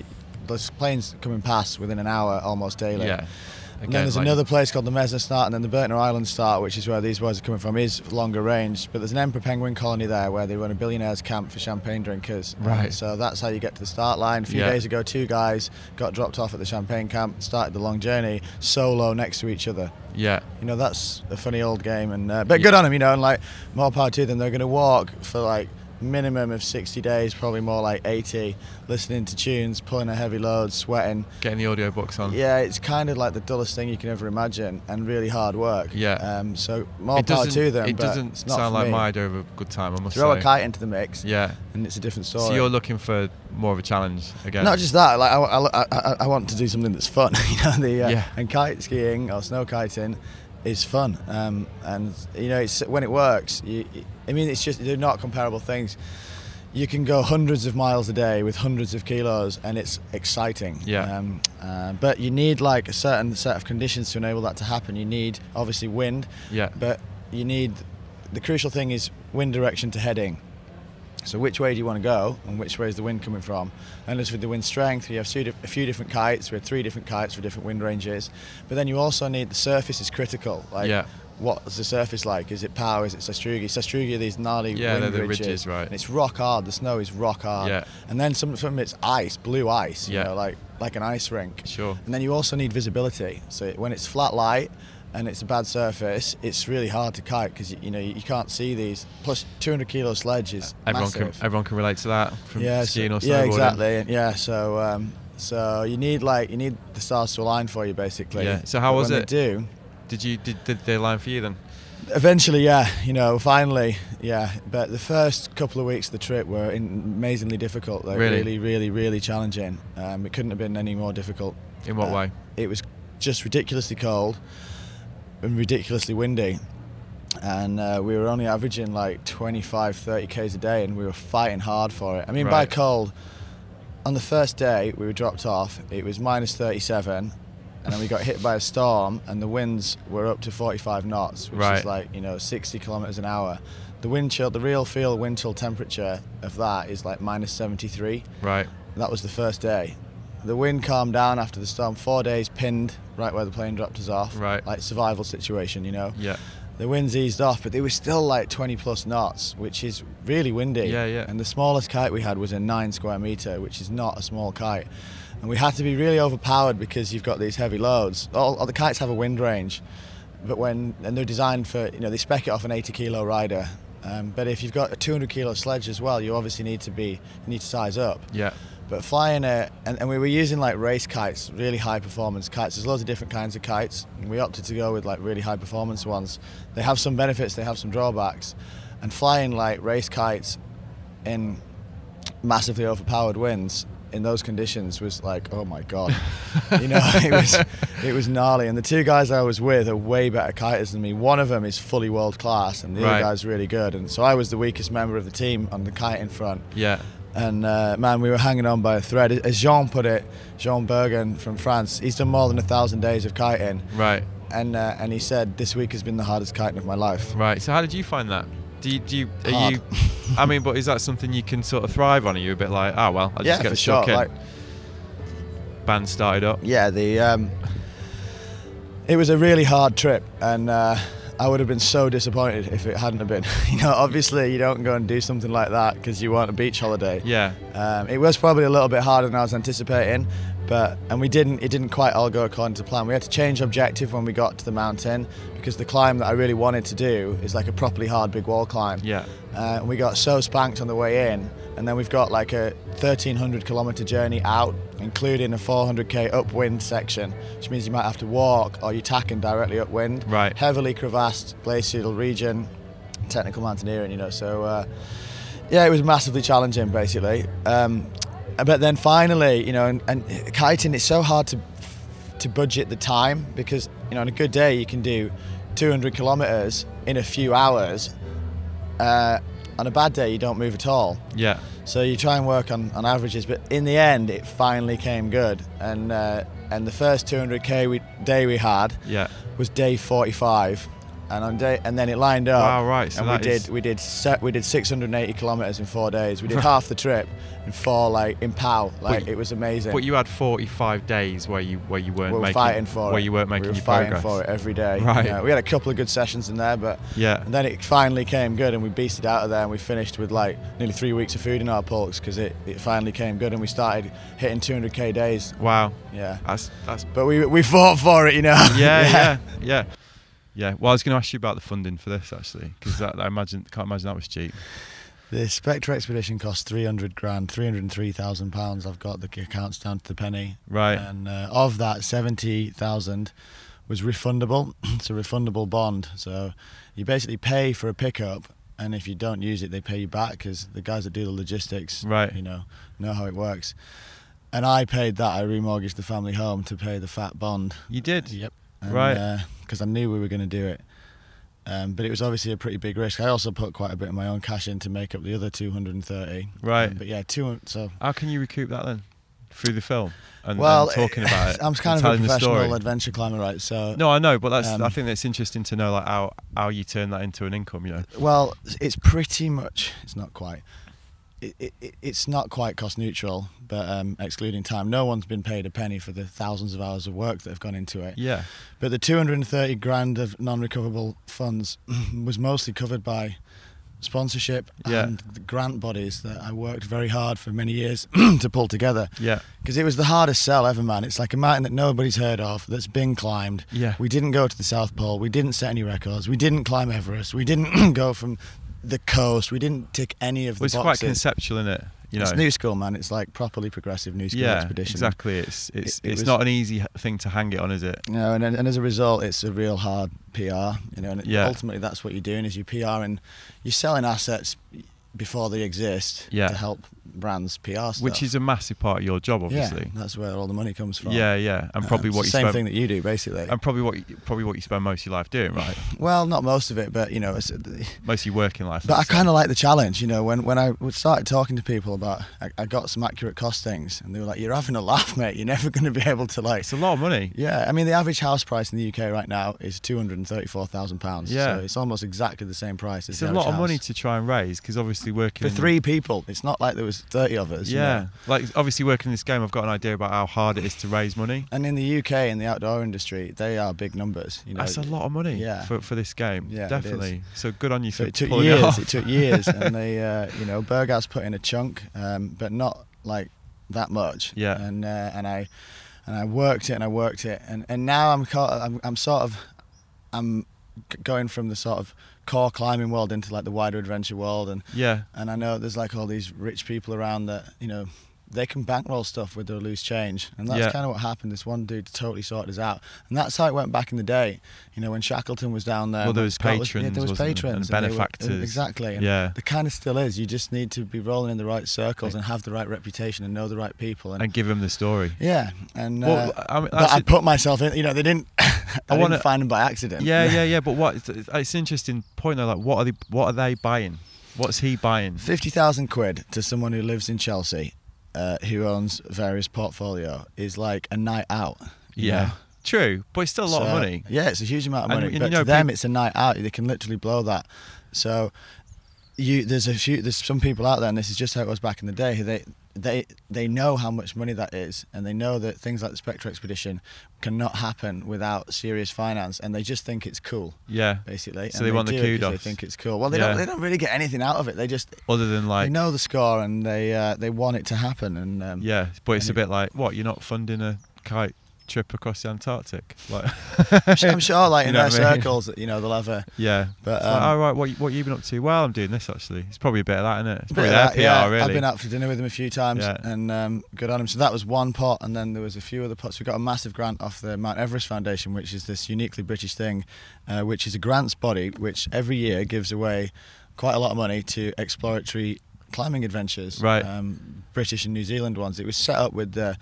Speaker 2: there's planes coming past within an hour almost daily.
Speaker 1: Yeah.
Speaker 2: And then there's
Speaker 1: like-
Speaker 2: another place called the Mesna Start, and then the Bertner Island Start, which is where these boys are coming from, is longer range. But there's an emperor penguin colony there where they run a billionaires camp for champagne drinkers.
Speaker 1: Right.
Speaker 2: So that's how you get to the start line. A few
Speaker 1: Yeah.
Speaker 2: days ago, two guys got dropped off at the champagne camp, started the long journey solo next to each other.
Speaker 1: Yeah.
Speaker 2: You know, that's a funny old game, and uh, but
Speaker 1: Yeah.
Speaker 2: good on them, you know, and like more power to them. They're going to walk for like minimum of 60 days, probably more like 80, listening to tunes, pulling a heavy load, sweating.
Speaker 1: Getting the audio books on.
Speaker 2: Yeah, it's kind of like the dullest thing you can ever imagine, and really hard work.
Speaker 1: Yeah.
Speaker 2: Um, so more
Speaker 1: It
Speaker 2: power
Speaker 1: doesn't,
Speaker 2: to them.
Speaker 1: it
Speaker 2: but
Speaker 1: doesn't
Speaker 2: it's not
Speaker 1: sound
Speaker 2: for
Speaker 1: like
Speaker 2: me.
Speaker 1: my idea of a good time, I must
Speaker 2: Throw
Speaker 1: say.
Speaker 2: a kite into the mix,
Speaker 1: Yeah.
Speaker 2: and it's a different story.
Speaker 1: So you're looking for more of a challenge again.
Speaker 2: Not just that. Like I, I, I- I want to do something that's fun. *laughs* You know, the uh,
Speaker 1: Yeah.
Speaker 2: and kite skiing or snow kiting is fun. Um, and you know, it's when it works. You, I mean, it's just they're not comparable things. You can go hundreds of miles a day with hundreds of kilos, and it's exciting.
Speaker 1: Yeah.
Speaker 2: Um, uh, but you need like a certain set of conditions to enable that to happen. You need obviously wind,
Speaker 1: yeah.
Speaker 2: but you need the crucial thing is wind direction to heading. So which way do you want to go, and which way is the wind coming from? And as with the wind strength, you have two di- a few different kites. We had three different kites for different wind ranges. But then you also need the surface is critical. Like
Speaker 1: Yeah.
Speaker 2: what's the surface like? Is it power? Is it sastrugi? Sastrugi are these gnarly
Speaker 1: Yeah,
Speaker 2: wind
Speaker 1: they're the
Speaker 2: ridges,
Speaker 1: ridges, right.
Speaker 2: And it's rock hard. The snow is rock hard.
Speaker 1: Yeah.
Speaker 2: And then some from it's ice, blue ice. You
Speaker 1: Yeah.
Speaker 2: know, like like an ice rink.
Speaker 1: Sure.
Speaker 2: And then you also need visibility. So when it's flat light and it's a bad surface, it's really hard to kite because you know you can't see these. Plus, 200 kilo sledge is
Speaker 1: Uh, Everyone
Speaker 2: massive.
Speaker 1: can everyone can relate to that from
Speaker 2: yeah, so-
Speaker 1: skiing or snowboarding.
Speaker 2: yeah, exactly. Yeah, so um, so you need like you need the stars to align for you basically.
Speaker 1: Yeah, so how
Speaker 2: But
Speaker 1: was
Speaker 2: when
Speaker 1: it?
Speaker 2: They do.
Speaker 1: Did you did, did they line for you then?
Speaker 2: Eventually, yeah, you know, finally, yeah. But the first couple of weeks of the trip were in- amazingly difficult. Like,
Speaker 1: Really?
Speaker 2: really, really, really challenging. Um, it couldn't have been any more difficult.
Speaker 1: In what
Speaker 2: Uh,
Speaker 1: way?
Speaker 2: It was just ridiculously cold and ridiculously windy. And uh, we were only averaging like 25, 30 Ks a day, and we were fighting hard for it. I mean, by
Speaker 1: Right.
Speaker 2: cold, on the first day we were dropped off, it was minus 37, and then we got hit by a storm, and the winds were up to 45 knots, which
Speaker 1: Right.
Speaker 2: is like, you know, 60 kilometers an hour. The wind chill, the real feel wind chill temperature of that is like minus 73.
Speaker 1: Right.
Speaker 2: That was the first day. The wind calmed down after the storm. Four days pinned right where the plane dropped us off.
Speaker 1: Right.
Speaker 2: Like survival situation, you know.
Speaker 1: Yeah.
Speaker 2: The winds eased off, but they were still like 20 plus knots, which is really windy.
Speaker 1: Yeah, yeah.
Speaker 2: And the smallest kite we had was a nine square meter, which is not a small kite. And we had to be really overpowered because you've got these heavy loads. All, all the kites have a wind range, but when and they're designed for you know they spec it off an 80 kilo rider. Um, but if you've got a 200 kilo sledge as well, you obviously need to be you need to size up.
Speaker 1: Yeah.
Speaker 2: But flying it, and, and we were using like race kites, really high performance kites. There's loads of different kinds of kites. And we opted to go with like really high performance ones. They have some benefits, they have some drawbacks. And flying like race kites in massively overpowered winds in those conditions was like, oh my god, you know, it was it was gnarly. And the two guys I was with are way better kiters than me. One of them is fully world class, and the
Speaker 1: Right.
Speaker 2: other guy's really good. And so I was the weakest member of the team on the kite in front.
Speaker 1: Yeah.
Speaker 2: And uh, man, we were hanging on by a thread. As Jean put it, Jean Bergen from France, he's done more than a thousand days of kiting.
Speaker 1: Right.
Speaker 2: And uh, and he said this week has been the hardest kiting of my life.
Speaker 1: Right. So how did you find that? Do you, do you are
Speaker 2: Hard.
Speaker 1: you? I mean, but is that something you can sort of thrive on? Are you a bit like, oh well, I just
Speaker 2: yeah,
Speaker 1: get
Speaker 2: for sure.
Speaker 1: stuck in.
Speaker 2: Like
Speaker 1: Band started up.
Speaker 2: yeah, the um, it was a really hard trip, and uh, I would have been so disappointed if it hadn't have been. *laughs* you know, obviously you don't go and do something like that because you want a beach holiday.
Speaker 1: Yeah.
Speaker 2: Um, it was probably a little bit harder than I was anticipating, but and we didn't. It didn't quite all go according to plan. We had to change objective when we got to the mountain because the climb that I really wanted to do is like a properly hard big wall climb.
Speaker 1: Yeah.
Speaker 2: Uh, and we got so spanked on the way in, and then we've got like a 1,300 kilometer journey out, including a 400k upwind section, which means you might have to walk or you're tacking directly upwind.
Speaker 1: Right.
Speaker 2: Heavily crevassed glacial region, technical mountaineering, you know. So uh, yeah, it was massively challenging, basically. Um, but then finally, you know, and, and kiting, it's so hard to to budget the time because you know on a good day you can do 200 kilometers in a few hours. Uh, on a bad day, you don't move at all.
Speaker 1: Yeah.
Speaker 2: So you try and work on, on averages, but in the end, it finally came good. And uh, and the first 200k we, day we had
Speaker 1: Yeah.
Speaker 2: was day 45, and on day and then it lined up.
Speaker 1: Wow, right, so
Speaker 2: and
Speaker 1: that
Speaker 2: we
Speaker 1: is-
Speaker 2: did we did se- we did 680 kilometers in four days. We did half the trip in four like in Pau. Like
Speaker 1: you-
Speaker 2: it was amazing.
Speaker 1: But you had 45 days where you where you weren't
Speaker 2: we were
Speaker 1: making
Speaker 2: fighting for it.
Speaker 1: where you weren't making
Speaker 2: we were
Speaker 1: your
Speaker 2: fighting
Speaker 1: progress.
Speaker 2: for it every day.
Speaker 1: Right.
Speaker 2: Yeah, we had a couple of good sessions in there, but
Speaker 1: Yeah.
Speaker 2: And then it finally came good, and we beasted out of there, and we finished with like nearly three weeks of food in our pulks because it, it finally came good, and we started hitting 200k days.
Speaker 1: Wow.
Speaker 2: Yeah.
Speaker 1: That's
Speaker 2: *laughs*
Speaker 1: that's
Speaker 2: But we we fought for it, you know.
Speaker 1: Uh,
Speaker 2: *laughs*
Speaker 1: yeah, yeah, yeah, yeah. Well, I was going to ask you about the funding for this actually, because that I imagine can't imagine that was cheap.
Speaker 2: The Spectre expedition cost 300 grand, 303,000 pounds. I've got the accounts down to the penny.
Speaker 1: Right.
Speaker 2: And uh, of that, 70,000 was refundable. *clears throat* it's a refundable bond. So you basically pay for a pickup, and if you don't use it, they pay you back because the guys that do the logistics,
Speaker 1: Right.
Speaker 2: you know, know how it works. And I paid that. I remortgaged the family home to pay the fat bond.
Speaker 1: You did.
Speaker 2: Yep.
Speaker 1: Right.
Speaker 2: Because uh, I knew we were going to do it. Um, but it was obviously a pretty big risk. I also put quite a bit of my own cash in to make up the other 230.
Speaker 1: Right.
Speaker 2: Um, but yeah, two. So
Speaker 1: How can you recoup that then through the film and,
Speaker 2: well,
Speaker 1: and talking about it?
Speaker 2: *laughs* I'm
Speaker 1: and
Speaker 2: kind of a
Speaker 1: telling the
Speaker 2: professional
Speaker 1: story?
Speaker 2: adventure climber, right? So
Speaker 1: No, I know, but that's
Speaker 2: Um,
Speaker 1: I think that's interesting to know like how how you turn that into an income. You know.
Speaker 2: Well, it's pretty much. It's not quite. It, it, it- it's not quite cost neutral, but um, excluding time, no one's been paid a penny for the thousands of hours of work that have gone into it.
Speaker 1: Yeah.
Speaker 2: But the 230 grand of non-recoverable funds *laughs* was mostly covered by sponsorship
Speaker 1: Yeah.
Speaker 2: and the grant bodies that I worked very hard for many years *clears throat* to pull together.
Speaker 1: Yeah.
Speaker 2: Because it was the hardest sell ever, man. It's like a mountain that nobody's heard of, that's been climbed.
Speaker 1: Yeah.
Speaker 2: We didn't go to the South Pole. We didn't set any records. We didn't climb Everest. We didn't *clears throat* go from the coast. We didn't tick any of
Speaker 1: Well, it's
Speaker 2: the
Speaker 1: quite
Speaker 2: boxes.
Speaker 1: conceptual, in it? You know.
Speaker 2: It's new school, man. It's like properly progressive new school
Speaker 1: yeah.
Speaker 2: expedition.
Speaker 1: Exactly. It's it's
Speaker 2: it
Speaker 1: it's
Speaker 2: was-
Speaker 1: not an easy h- thing to hang it on, is it?
Speaker 2: You know, and, and as a result, it's a real hard PR. You know, and
Speaker 1: Yeah.
Speaker 2: ultimately that's what you're doing is you're PRing, you're selling assets before they exist
Speaker 1: Yeah.
Speaker 2: to help brands PR stuff.
Speaker 1: Which is a massive part of your job, obviously.
Speaker 2: yeah, that's where all the money comes from.
Speaker 1: Yeah, yeah, and
Speaker 2: Um,
Speaker 1: probably
Speaker 2: it's
Speaker 1: what
Speaker 2: the
Speaker 1: you
Speaker 2: same
Speaker 1: spend,
Speaker 2: thing that you do basically.
Speaker 1: and probably what you, probably what you spend most of your life doing,
Speaker 2: *laughs*
Speaker 1: right?
Speaker 2: well, not most of it, but you know, it's, uh, but
Speaker 1: most of your working life.
Speaker 2: I
Speaker 1: let's say.
Speaker 2: kind of like the challenge. You know, when when I would started talking to people about, I, I got some accurate costings, and they were like, "You're having a laugh, mate. You're never going to be able to like."
Speaker 1: It's a lot of money.
Speaker 2: Yeah, I mean the average house price in the UK right now is two hundred and thirty-four thousand pounds.
Speaker 1: Yeah.
Speaker 2: so it's almost exactly the same price. As
Speaker 1: It's
Speaker 2: the
Speaker 1: a
Speaker 2: average
Speaker 1: lot of
Speaker 2: house.
Speaker 1: money to try and raise because obviously working
Speaker 2: for three people. It's not like there was thirty of us. you
Speaker 1: Yeah,
Speaker 2: know.
Speaker 1: like obviously working in this game, I've got an idea about how hard it is to raise money.
Speaker 2: and in the UK in the outdoor industry, they are big numbers. You know,
Speaker 1: That's a lot of money
Speaker 2: yeah.
Speaker 1: for, for this game.
Speaker 2: Yeah, it is.
Speaker 1: definitely. So good on you
Speaker 2: So
Speaker 1: for
Speaker 2: it took
Speaker 1: pulling
Speaker 2: years.
Speaker 1: it off.
Speaker 2: It took years,
Speaker 1: *laughs*
Speaker 2: and they, uh, you know, Berghouse put in a chunk, um, but not like that much.
Speaker 1: Yeah.
Speaker 2: And uh, and I and I worked it and I worked it, and and now I'm caught, I'm, I'm sort of I'm g- going from the sort of core climbing world into like the wider adventure world, and
Speaker 1: *laughs* yeah,
Speaker 2: and I know there's like all these rich people around that you know they can bankroll stuff with their loose change, and that's
Speaker 1: Yeah.
Speaker 2: kind of what happened. This one dude totally sorted us out, and that's how it went back in the day. You know, when Shackleton was down there,
Speaker 1: Well, there
Speaker 2: when
Speaker 1: was
Speaker 2: Scott was- yeah,
Speaker 1: patrons,
Speaker 2: there was
Speaker 1: wasn't there?
Speaker 2: patrons
Speaker 1: And
Speaker 2: they were-
Speaker 1: benefactors.
Speaker 2: exactly. And
Speaker 1: yeah,
Speaker 2: there kind of still is. You just need to be rolling in the right circles and have the right reputation and know the right people. And,
Speaker 1: and give them the story.
Speaker 2: yeah, and
Speaker 1: Well,
Speaker 2: uh,
Speaker 1: I mean,
Speaker 2: but I
Speaker 1: actually-
Speaker 2: put myself in. You know, they didn't. *laughs* I,
Speaker 1: wanna-
Speaker 2: didn't find them by accident. *laughs*
Speaker 1: yeah, yeah, yeah. But what? It's, it's an interesting point though. Like, what are they? What are they buying? What's he buying?
Speaker 2: Fifty thousand quid to someone who lives in Chelsea, uh, who owns various portfolio, is like a night out. you
Speaker 1: Yeah.
Speaker 2: know?
Speaker 1: True, but it's still a lot of
Speaker 2: So,
Speaker 1: money.
Speaker 2: Yeah, it's a huge amount of
Speaker 1: And-
Speaker 2: money.
Speaker 1: and
Speaker 2: but
Speaker 1: you know,
Speaker 2: to them,
Speaker 1: peop-
Speaker 2: it's a night out. They can literally blow that. So, you there's a few there's some people out there, and this is just how it was back in the day. who They they they know how much money that is, and they know that things like the Spectre expedition cannot happen without serious finance, and they just think it's cool,
Speaker 1: Yeah.
Speaker 2: basically.
Speaker 1: So
Speaker 2: and
Speaker 1: they want the
Speaker 2: do it 'cause
Speaker 1: kudos.
Speaker 2: They think it's cool. Well, they
Speaker 1: Yeah.
Speaker 2: don't they don't really get anything out of it. They just
Speaker 1: Other than like,
Speaker 2: they know the score, and they uh, they want it to happen, and um,
Speaker 1: yeah, but it's a
Speaker 2: and it-
Speaker 1: bit like, what? You're not funding a kite trip across the Antarctic? Like,
Speaker 2: I'm *laughs* sure, I'm sure, like
Speaker 1: You
Speaker 2: in
Speaker 1: know what
Speaker 2: their
Speaker 1: I mean?
Speaker 2: circles, you know, they'll have a
Speaker 1: *laughs* yeah.
Speaker 2: But,
Speaker 1: It's like,
Speaker 2: um,
Speaker 1: all right, what what you been up to? Well, I'm doing this actually. It's probably a bit of that, isn't it? It's
Speaker 2: Bit
Speaker 1: probably
Speaker 2: of
Speaker 1: their
Speaker 2: that,
Speaker 1: PR,
Speaker 2: yeah.
Speaker 1: really.
Speaker 2: I've been out for dinner with him a few times
Speaker 1: Yeah.
Speaker 2: and um, good on him. So that was one pot, and then there was a few other pots. We got a massive grant off the Mount Everest Foundation, which is this uniquely British thing, uh, which is a grants body which every year gives away quite a lot of money to exploratory climbing adventures,
Speaker 1: Right.
Speaker 2: um, British and New Zealand ones. It was set up with the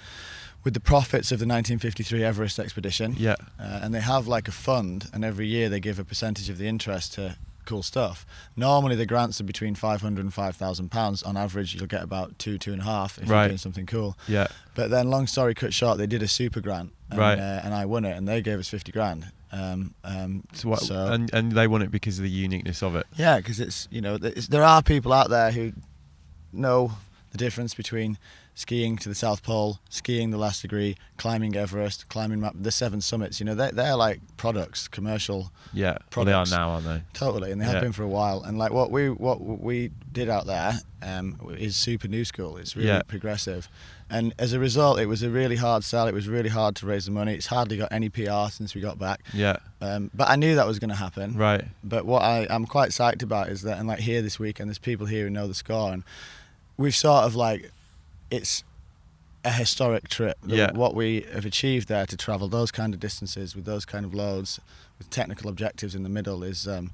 Speaker 2: with the profits of the 1953 Everest expedition,
Speaker 1: Yeah.
Speaker 2: uh, and they have like a fund, and every year they give a percentage of the interest to cool stuff. Normally, the grants are between 500 and 5,000 pounds. On average, you'll get about two, two and a half if
Speaker 1: Right.
Speaker 2: you're doing something cool.
Speaker 1: Yeah.
Speaker 2: But then, long story cut short, they did a super grant, and,
Speaker 1: Right.
Speaker 2: uh, and I won it, and they gave us 50 grand. Um, um,
Speaker 1: So what,
Speaker 2: So-
Speaker 1: and and they want it because of the uniqueness of it.
Speaker 2: yeah, because it's you know th- it's, there are people out there who know the difference between skiing to the South Pole, skiing the last degree, climbing Everest, climbing Mount- the seven summits. You know they they're like products, commercial
Speaker 1: Yeah. Well, they are
Speaker 2: Products.
Speaker 1: now, aren't they?
Speaker 2: Totally, and they have
Speaker 1: Yeah.
Speaker 2: been for a while. And like what we what we did out there um, is super new school. It's really
Speaker 1: Yeah.
Speaker 2: progressive, and as a result, it was a really hard sell. It was really hard to raise the money. It's hardly got any PR since we got back.
Speaker 1: Yeah.
Speaker 2: Um, but I knew that was going to happen.
Speaker 1: Right.
Speaker 2: But what I, I'm quite psyched about is that, and like here this week, and there's people here who know the score, and we've sort of like, it's a historic trip. The-
Speaker 1: Yeah.
Speaker 2: What we have achieved there to travel those kind of distances with those kind of loads, with technical objectives in the middle, is um,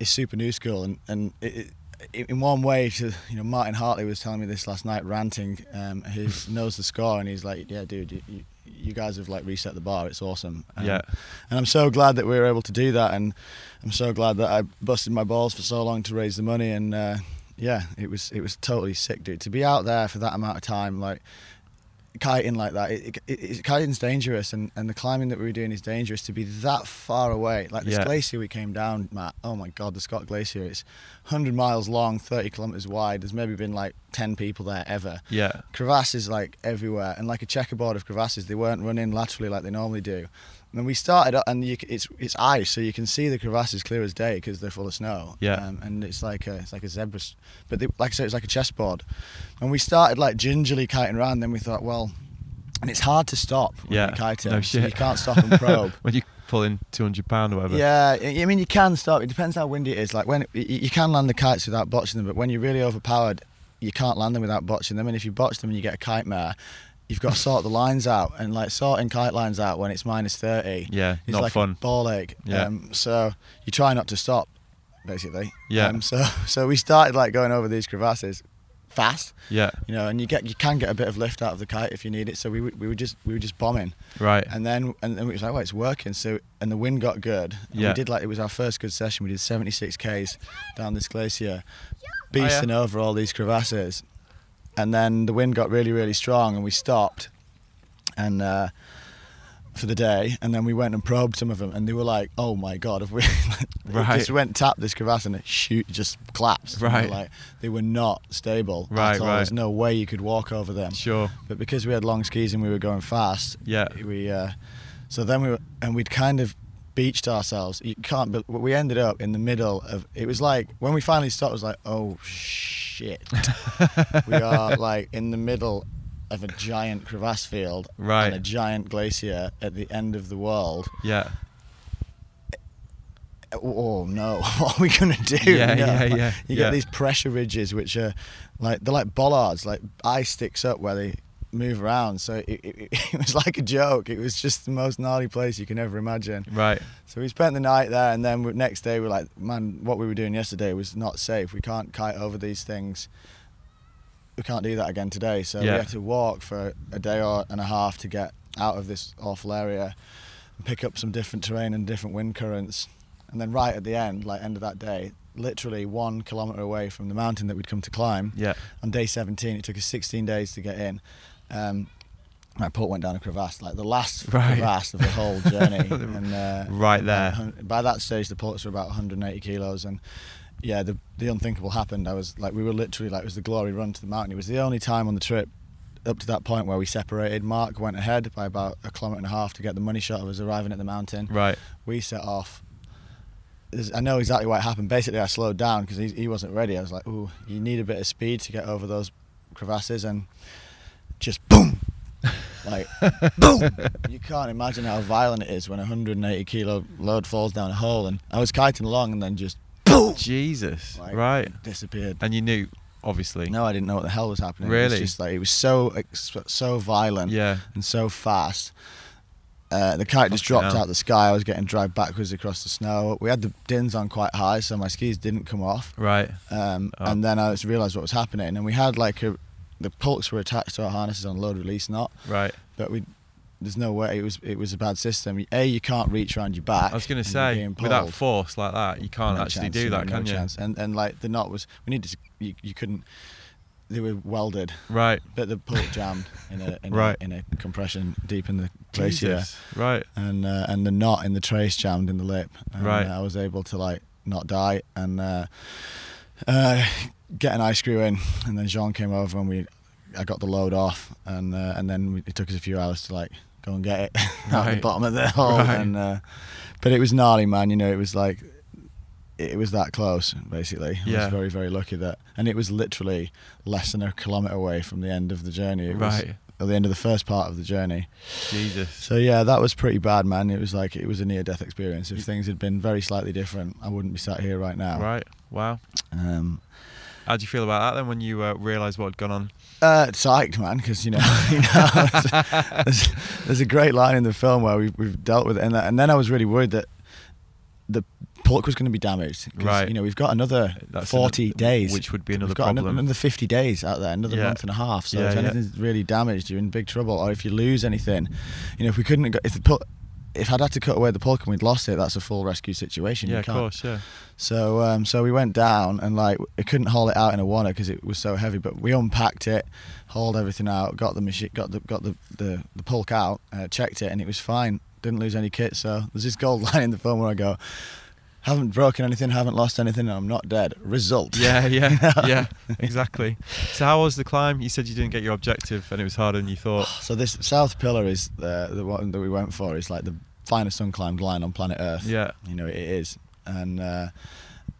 Speaker 2: is super new school, and and it, it, in one way, to you know, Martin Hartley was telling me this last night, ranting.
Speaker 1: *laughs*
Speaker 2: Um, he knows the score, and he's like, "Yeah, dude, you, you, you guys have like reset the bar. It's awesome." Um,
Speaker 1: Yeah.
Speaker 2: and I'm so glad that we were able to do that, and I'm so glad that I busted my balls for so long to raise the money, and uh, yeah, it was it was totally sick, dude. To be out there for that amount of time, like kiting like that, it, it, it, kiting's dangerous, and, and the climbing that we were doing is dangerous. To be that far away, like this
Speaker 1: Yeah.
Speaker 2: glacier we came down, Matt. Oh my God, the Scott Glacier. It's 100 miles long, 30 kilometers wide. There's maybe been like 10 people there ever
Speaker 1: Yeah.
Speaker 2: crevasses like everywhere and like a checkerboard of crevasses they weren't running laterally like they normally do and then we started up and you, c- it's it's ice so you can see the crevasses clear as day because they're full of snow
Speaker 1: Yeah.
Speaker 2: um, and it's like a it's like a zebra s- but they, like I said it's like a chessboard and we started like gingerly kiting around then we thought well and it's hard to stop when
Speaker 1: Yeah.
Speaker 2: you're kiting
Speaker 1: No
Speaker 2: so
Speaker 1: shit.
Speaker 2: you can't
Speaker 1: *laughs*
Speaker 2: stop and probe
Speaker 1: when you pull in 200 pound or whatever.
Speaker 2: yeah, I I mean you can stop. It depends how windy it is. Like when you- you can land the kites without botching them, but when you're really overpowered, you can't land them without botching them. And if you botch them and you get a kite mare, you've got to sort the lines out. And like sorting kite lines out when it's minus thirty,
Speaker 1: Yeah,
Speaker 2: is
Speaker 1: not
Speaker 2: like
Speaker 1: fun.
Speaker 2: A ball ache.
Speaker 1: Yeah.
Speaker 2: Um, so you try not to stop, basically.
Speaker 1: Yeah.
Speaker 2: Um, so *laughs* so we started like going over these crevasses fast.
Speaker 1: Yeah.
Speaker 2: You know, and you get you can get a bit of lift out of the kite if you need it. So we were- we were just we were just bombing.
Speaker 1: Right.
Speaker 2: And then and then it was like, well, it's working. So and the wind got good. And
Speaker 1: Yeah.
Speaker 2: We did like it was our first good session. We did 76 k's down this glacier, beasting
Speaker 1: Oh,
Speaker 2: over all these crevasses, and then the wind got really really strong and we stopped, and. uh for the day, and then we went and probed some of them, and they were like, "Oh my god!" Have we *laughs*
Speaker 1: Right.
Speaker 2: it just went tap this crevasse and it shoot just collapsed. And they were
Speaker 1: Right.
Speaker 2: like they were not stable.
Speaker 1: Right,
Speaker 2: at all.
Speaker 1: right.
Speaker 2: There's no way you could walk over them.
Speaker 1: Sure.
Speaker 2: But because we had long skis and we were going fast,
Speaker 1: Yeah.
Speaker 2: we uh, so then we were and we'd kind of beached ourselves. You can't. bel- We ended up in the middle of. It was like when we finally stopped. It was like, oh shit,
Speaker 1: *laughs*
Speaker 2: we are like in the middle of a giant crevasse field
Speaker 1: Right.
Speaker 2: and a giant glacier at the end of the world.
Speaker 1: Yeah.
Speaker 2: Oh no, *laughs* what are we gonna do?
Speaker 1: Yeah,
Speaker 2: You know,
Speaker 1: yeah,
Speaker 2: like,
Speaker 1: yeah,
Speaker 2: You
Speaker 1: yeah.
Speaker 2: get these pressure ridges, which are like they're like bollards, like ice sticks up where they move around. So it, it, *laughs* it was like a joke. It was just the most gnarly place you can ever imagine.
Speaker 1: Right.
Speaker 2: So we spent the night there, and then we- next day we we're like, man, what we were doing yesterday was not safe. We can't kite over these things. We can't do that again today. So
Speaker 1: Yeah.
Speaker 2: we had to walk for a day or and a half to get out of this awful area, and pick up some different terrain and different wind currents, and then right at the end, like end of that day, literally one kilometer away from the mountain that we'd come to climb.
Speaker 1: Yeah.
Speaker 2: On day 17, it took us 16 days to get in. Um, my port went down a crevasse, like the
Speaker 1: *laughs*
Speaker 2: last
Speaker 1: Right.
Speaker 2: crevasse of the
Speaker 1: *laughs*
Speaker 2: whole journey. and uh,
Speaker 1: Right there.
Speaker 2: and by that stage, the ports were about 180 kilos, and yeah, the the unthinkable happened. I was like, we were literally like, it was the glory run to the mountain. It was the only time on the trip up to that point where we separated. Mark went ahead by about a kilometre and a half to get the money shot of us arriving at the mountain.
Speaker 1: Right.
Speaker 2: We set off. There's- I know exactly what happened. Basically, I slowed down because he, he wasn't ready. I was like, "Ooh, you need a bit of speed to get over those crevasses," and just boom, like *laughs* boom. You can't imagine how violent it is when a 180 kilo load falls down a hole. And I was kiting along, and then just boom,
Speaker 1: Jesus.
Speaker 2: like,
Speaker 1: right.
Speaker 2: disappeared.
Speaker 1: And you knew, obviously.
Speaker 2: No, I didn't know what the hell was happening. It was
Speaker 1: Really?
Speaker 2: just like it was so ex- so violent
Speaker 1: Yeah.
Speaker 2: and so fast. Uh, the kite just
Speaker 1: Fucking
Speaker 2: dropped
Speaker 1: hell.
Speaker 2: out the sky. I was getting dragged backwards across the snow. We had the dins on quite high, so my skis didn't come off.
Speaker 1: Right.
Speaker 2: Um,
Speaker 1: Oh.
Speaker 2: And then I just realised what was happening. And we had like a, the pulks were attached to our harnesses on load release knot,
Speaker 1: Right.
Speaker 2: but we there's no way it was it was a bad system. A you can't reach around your back.
Speaker 1: I was going
Speaker 2: and
Speaker 1: to
Speaker 2: you're
Speaker 1: say,
Speaker 2: being
Speaker 1: without
Speaker 2: pulled.
Speaker 1: force like that, you can't
Speaker 2: No
Speaker 1: actually
Speaker 2: chance,
Speaker 1: do
Speaker 2: no-
Speaker 1: that,
Speaker 2: no
Speaker 1: can you?
Speaker 2: chance. And and like the knot was we needed to you, you couldn't they were welded
Speaker 1: Right.
Speaker 2: but the port jammed in a in,
Speaker 1: Right.
Speaker 2: a, in a compression deep in the glacier,
Speaker 1: Jesus. Right.
Speaker 2: and uh, and the knot in the trace jammed in the lip. And,
Speaker 1: Right.
Speaker 2: uh, I was able to like not die and uh, uh, get an eye screw in, and then Jean came over and we, I got the load off, and uh, and then we, it took us a few hours to like go and get it *laughs* out the
Speaker 1: Right.
Speaker 2: bottom of the hole.
Speaker 1: Right.
Speaker 2: And uh, but it was gnarly, man. You know, it was like. It was that close, basically. I
Speaker 1: Yeah.
Speaker 2: was very, very lucky that, and it was literally less than a kilometre away from the end of the journey. It was
Speaker 1: Right.
Speaker 2: at the end of the first part of the journey.
Speaker 1: Jesus.
Speaker 2: So yeah, that was pretty bad, man. It was like it was a near-death experience. If things had been very slightly different, I wouldn't be sat here right now.
Speaker 1: Right. Wow.
Speaker 2: Um,
Speaker 1: How do you feel about that then when you uh, realised what had gone on?
Speaker 2: uh, psyched, man, because you know, *laughs* you know, there's, there's a great line in the film where we've, we've dealt with it, and, and then I was really worried that the pork was going to be damaged. 'cause,
Speaker 1: Right.
Speaker 2: You know, we've got another
Speaker 1: That's
Speaker 2: forty
Speaker 1: another-
Speaker 2: days,
Speaker 1: which would be
Speaker 2: We've
Speaker 1: another
Speaker 2: got
Speaker 1: problem.
Speaker 2: Another fifty days out there, another
Speaker 1: Yeah.
Speaker 2: month and a half. So
Speaker 1: Yeah,
Speaker 2: if
Speaker 1: yeah.
Speaker 2: anything's really damaged, you're in big trouble. Or if you lose anything, you know, if we couldn't, go- if the pul- if I'd had to cut away the pork and we'd lost it, that's a full rescue situation.
Speaker 1: yeah,
Speaker 2: you
Speaker 1: of
Speaker 2: can't
Speaker 1: course. Yeah.
Speaker 2: so um, so we went down and like it couldn't haul it out in a wanna because it was so heavy. But we unpacked it, hauled everything out, got the machine, got the got the the, the pulk out, uh, checked it, and it was fine. Didn't lose any kit. So there's this gold *laughs* line in the film where I go, haven't broken anything, haven't lost anything, and I'm not dead. Result. *laughs*
Speaker 1: Yeah, yeah, yeah, exactly. So, how was the climb? You said you didn't get your objective and it was harder than you
Speaker 2: *sighs*
Speaker 1: thought.
Speaker 2: Oh, So this South Pillar is the the one that we went for. Is like the finest unclimbed line on planet Earth.
Speaker 1: Yeah,
Speaker 2: you know it is and uh,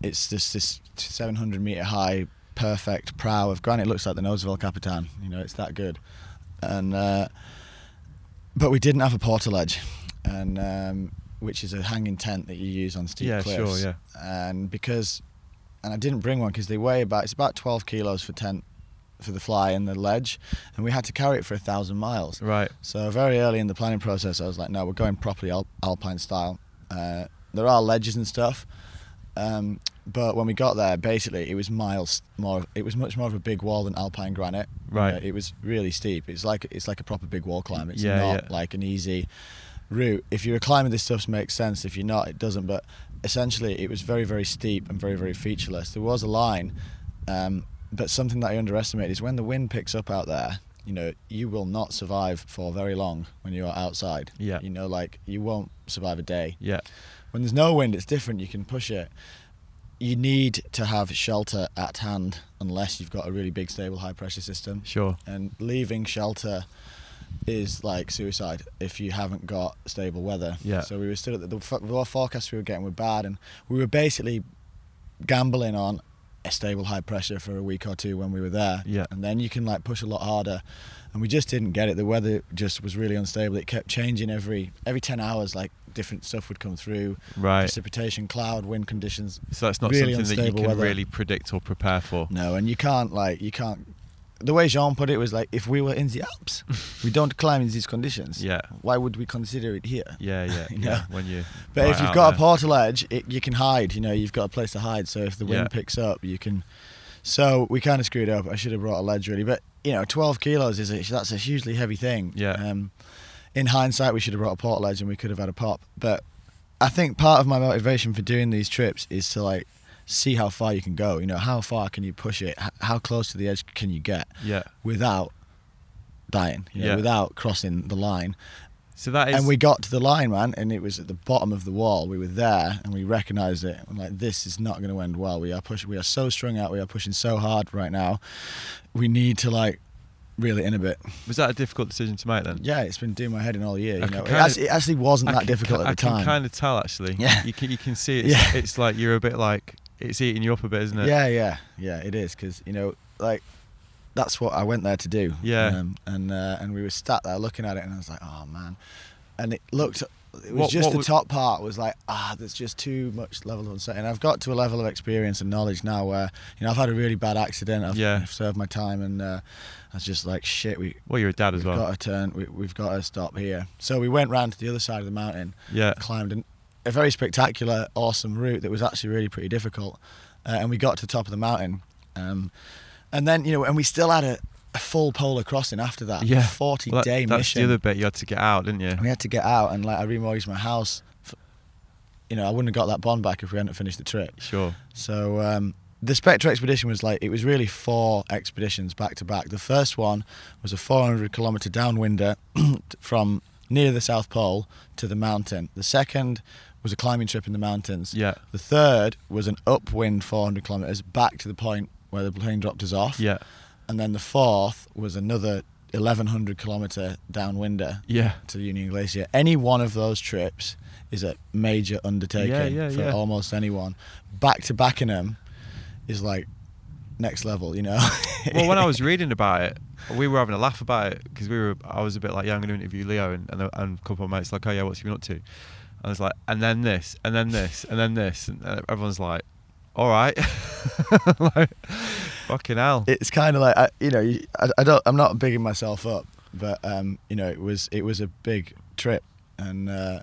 Speaker 2: it's just this 700 meter high perfect prow of granite looks like the nose of el capitan you know it's that good and uh, but we didn't have a portal ledge and um, which is a hanging tent that you use on steep
Speaker 1: yeah, sure,
Speaker 2: cliffs
Speaker 1: yeah.
Speaker 2: and because and I didn't bring one because they weigh about it's about 12 kilos for tent for the fly and the ledge and we had to carry it for a thousand miles
Speaker 1: Right,
Speaker 2: so very early in the planning process, I was like, no, we're going properly al- alpine style. Uh, there are ledges and stuff, um, but when we got there, basically it was miles more. It was much more of a big wall than alpine granite. You
Speaker 1: Right.
Speaker 2: know, it was really steep. It's like it's like a proper big wall climb. It's
Speaker 1: Yeah,
Speaker 2: not
Speaker 1: yeah.
Speaker 2: like an easy route. If you're climbing, this stuff makes sense. If you're not, it doesn't. But essentially, it was very very steep and very very featureless. There was a line. Um, but something that I underestimated is when the wind picks up out there, you know, you will not survive for very long when you are outside.
Speaker 1: Yeah.
Speaker 2: You know, like you won't survive a day.
Speaker 1: yeah,
Speaker 2: When there's no wind, it's different. You can push it. You need to have shelter at hand unless you've got a really big, stable, high pressure system.
Speaker 1: sure.
Speaker 2: And leaving shelter is like suicide if you haven't got stable weather.
Speaker 1: Yeah.
Speaker 2: So we were still at the, the, fo- the forecasts we were getting were bad, and we were basically gambling on a stable high pressure for a week or two when we were there.
Speaker 1: Yeah.
Speaker 2: And then you can like push a lot harder. And we just didn't get it. The weather just was really unstable. It kept changing every every ten hours. Like different stuff would come through.
Speaker 1: Right.
Speaker 2: Precipitation, cloud, wind conditions.
Speaker 1: So, that's not
Speaker 2: really
Speaker 1: something that you
Speaker 2: unstable
Speaker 1: can
Speaker 2: weather.
Speaker 1: really predict or prepare for.
Speaker 2: No, and you can't like you can't. The way Jean put it was like, if we were in the Alps, we don't climb in these conditions.
Speaker 1: Yeah.
Speaker 2: Why would we consider it here?
Speaker 1: Yeah,
Speaker 2: *laughs*
Speaker 1: yeah,
Speaker 2: You
Speaker 1: yeah.
Speaker 2: know?
Speaker 1: When you,
Speaker 2: But
Speaker 1: right
Speaker 2: if you've
Speaker 1: out
Speaker 2: got a
Speaker 1: there.
Speaker 2: portal edge, it, you can hide. You know, you've got a place to hide. So if the wind
Speaker 1: Yeah.
Speaker 2: picks up, you can. So we kind of screwed up. I should have brought a ledge really, but you know, 12 kilos is a, that's a hugely heavy thing.
Speaker 1: Yeah.
Speaker 2: Um, in hindsight, we should have brought a portal edge and we could have had a pop. But I think part of my motivation for doing these trips is to like see how far you can go. You know, how far can you push it? H- How close to the edge can you get
Speaker 1: Yeah.
Speaker 2: without dying? You know,
Speaker 1: Yeah.
Speaker 2: without crossing the line.
Speaker 1: So that is.
Speaker 2: And we got to the line, man, and it was at the bottom of the wall. We were there, and we recognised it. I'm like, this is not going to end well. We are pushing. We are so strung out. We are pushing so hard right now. We need to like reel it in a bit.
Speaker 1: was that a difficult decision to make then?
Speaker 2: Yeah, it's been doing my head in all year.
Speaker 1: I
Speaker 2: You
Speaker 1: can
Speaker 2: know, it
Speaker 1: kinda-
Speaker 2: actually, it actually wasn't
Speaker 1: I
Speaker 2: that
Speaker 1: can-
Speaker 2: difficult at the
Speaker 1: I
Speaker 2: time.
Speaker 1: can kind of tell actually.
Speaker 2: Yeah.
Speaker 1: You can, you can see it's,
Speaker 2: Yeah.
Speaker 1: it's like you're a bit like it's eating you up a bit, isn't it?
Speaker 2: Yeah, yeah, yeah. It is because you know, like, that's what I went there to do.
Speaker 1: Yeah.
Speaker 2: Um, and uh, and we were sat there looking at it, and I was like, oh man, and it looked. It was
Speaker 1: What-
Speaker 2: just
Speaker 1: what
Speaker 2: the
Speaker 1: would-
Speaker 2: top part was like, ah, there's just too much level of uncertainty. And I've got to a level of experience and knowledge now where, you know, I've had a really bad accident. I've,
Speaker 1: Yeah.
Speaker 2: I've served my time, and uh, I was just like, shit, we.
Speaker 1: Well, you're a dad
Speaker 2: We've
Speaker 1: as well.
Speaker 2: got to turn. We, we've got to stop here. So we went round to the other side of the mountain,
Speaker 1: yeah.
Speaker 2: *laughs* climbed an, a very spectacular, awesome route that was actually really pretty difficult. Uh, and we got to the top of the mountain. Um, and then, you know, and we still had a, a full polar crossing after that.
Speaker 1: Yeah.
Speaker 2: 40
Speaker 1: Well, that-
Speaker 2: day
Speaker 1: that's
Speaker 2: mission.
Speaker 1: the other bit. You had to get out, didn't you?
Speaker 2: And we had to get out and like I remortgaged my house. For, you know, I wouldn't have got that bond back if we hadn't finished the trip.
Speaker 1: Sure.
Speaker 2: So um, the Spectre expedition was like it was really four expeditions back to back. The first one was a 400 kilometer downwinder *clears throat* from near the South Pole to the mountain. The second was a climbing trip in the mountains.
Speaker 1: Yeah.
Speaker 2: The third was an upwind 400 kilometers back to the point where the plane dropped us off.
Speaker 1: Yeah.
Speaker 2: And then the fourth was another 1100 kilometer downwinder
Speaker 1: Yeah.
Speaker 2: to the Union Glacier. Any one of those trips is a major undertaking
Speaker 1: Yeah, yeah,
Speaker 2: for
Speaker 1: yeah.
Speaker 2: almost anyone. Back to backing them is like next level, you know.
Speaker 1: well,
Speaker 2: *laughs*
Speaker 1: when I was reading about it, we were having a laugh about it because we were. I was a bit like, "Yeah, I'm going to interview Leo," and, and, and a couple of mates like, "Oh yeah, what's he been up to?" And I was like, "And then this, and then this, and then this," and uh, everyone's like, "All right, *laughs* like, fucking hell."
Speaker 2: it's kind of like I, you know, you- I, I don't, I'm not bigging myself up, but um, you know, it was it was a big trip, and uh,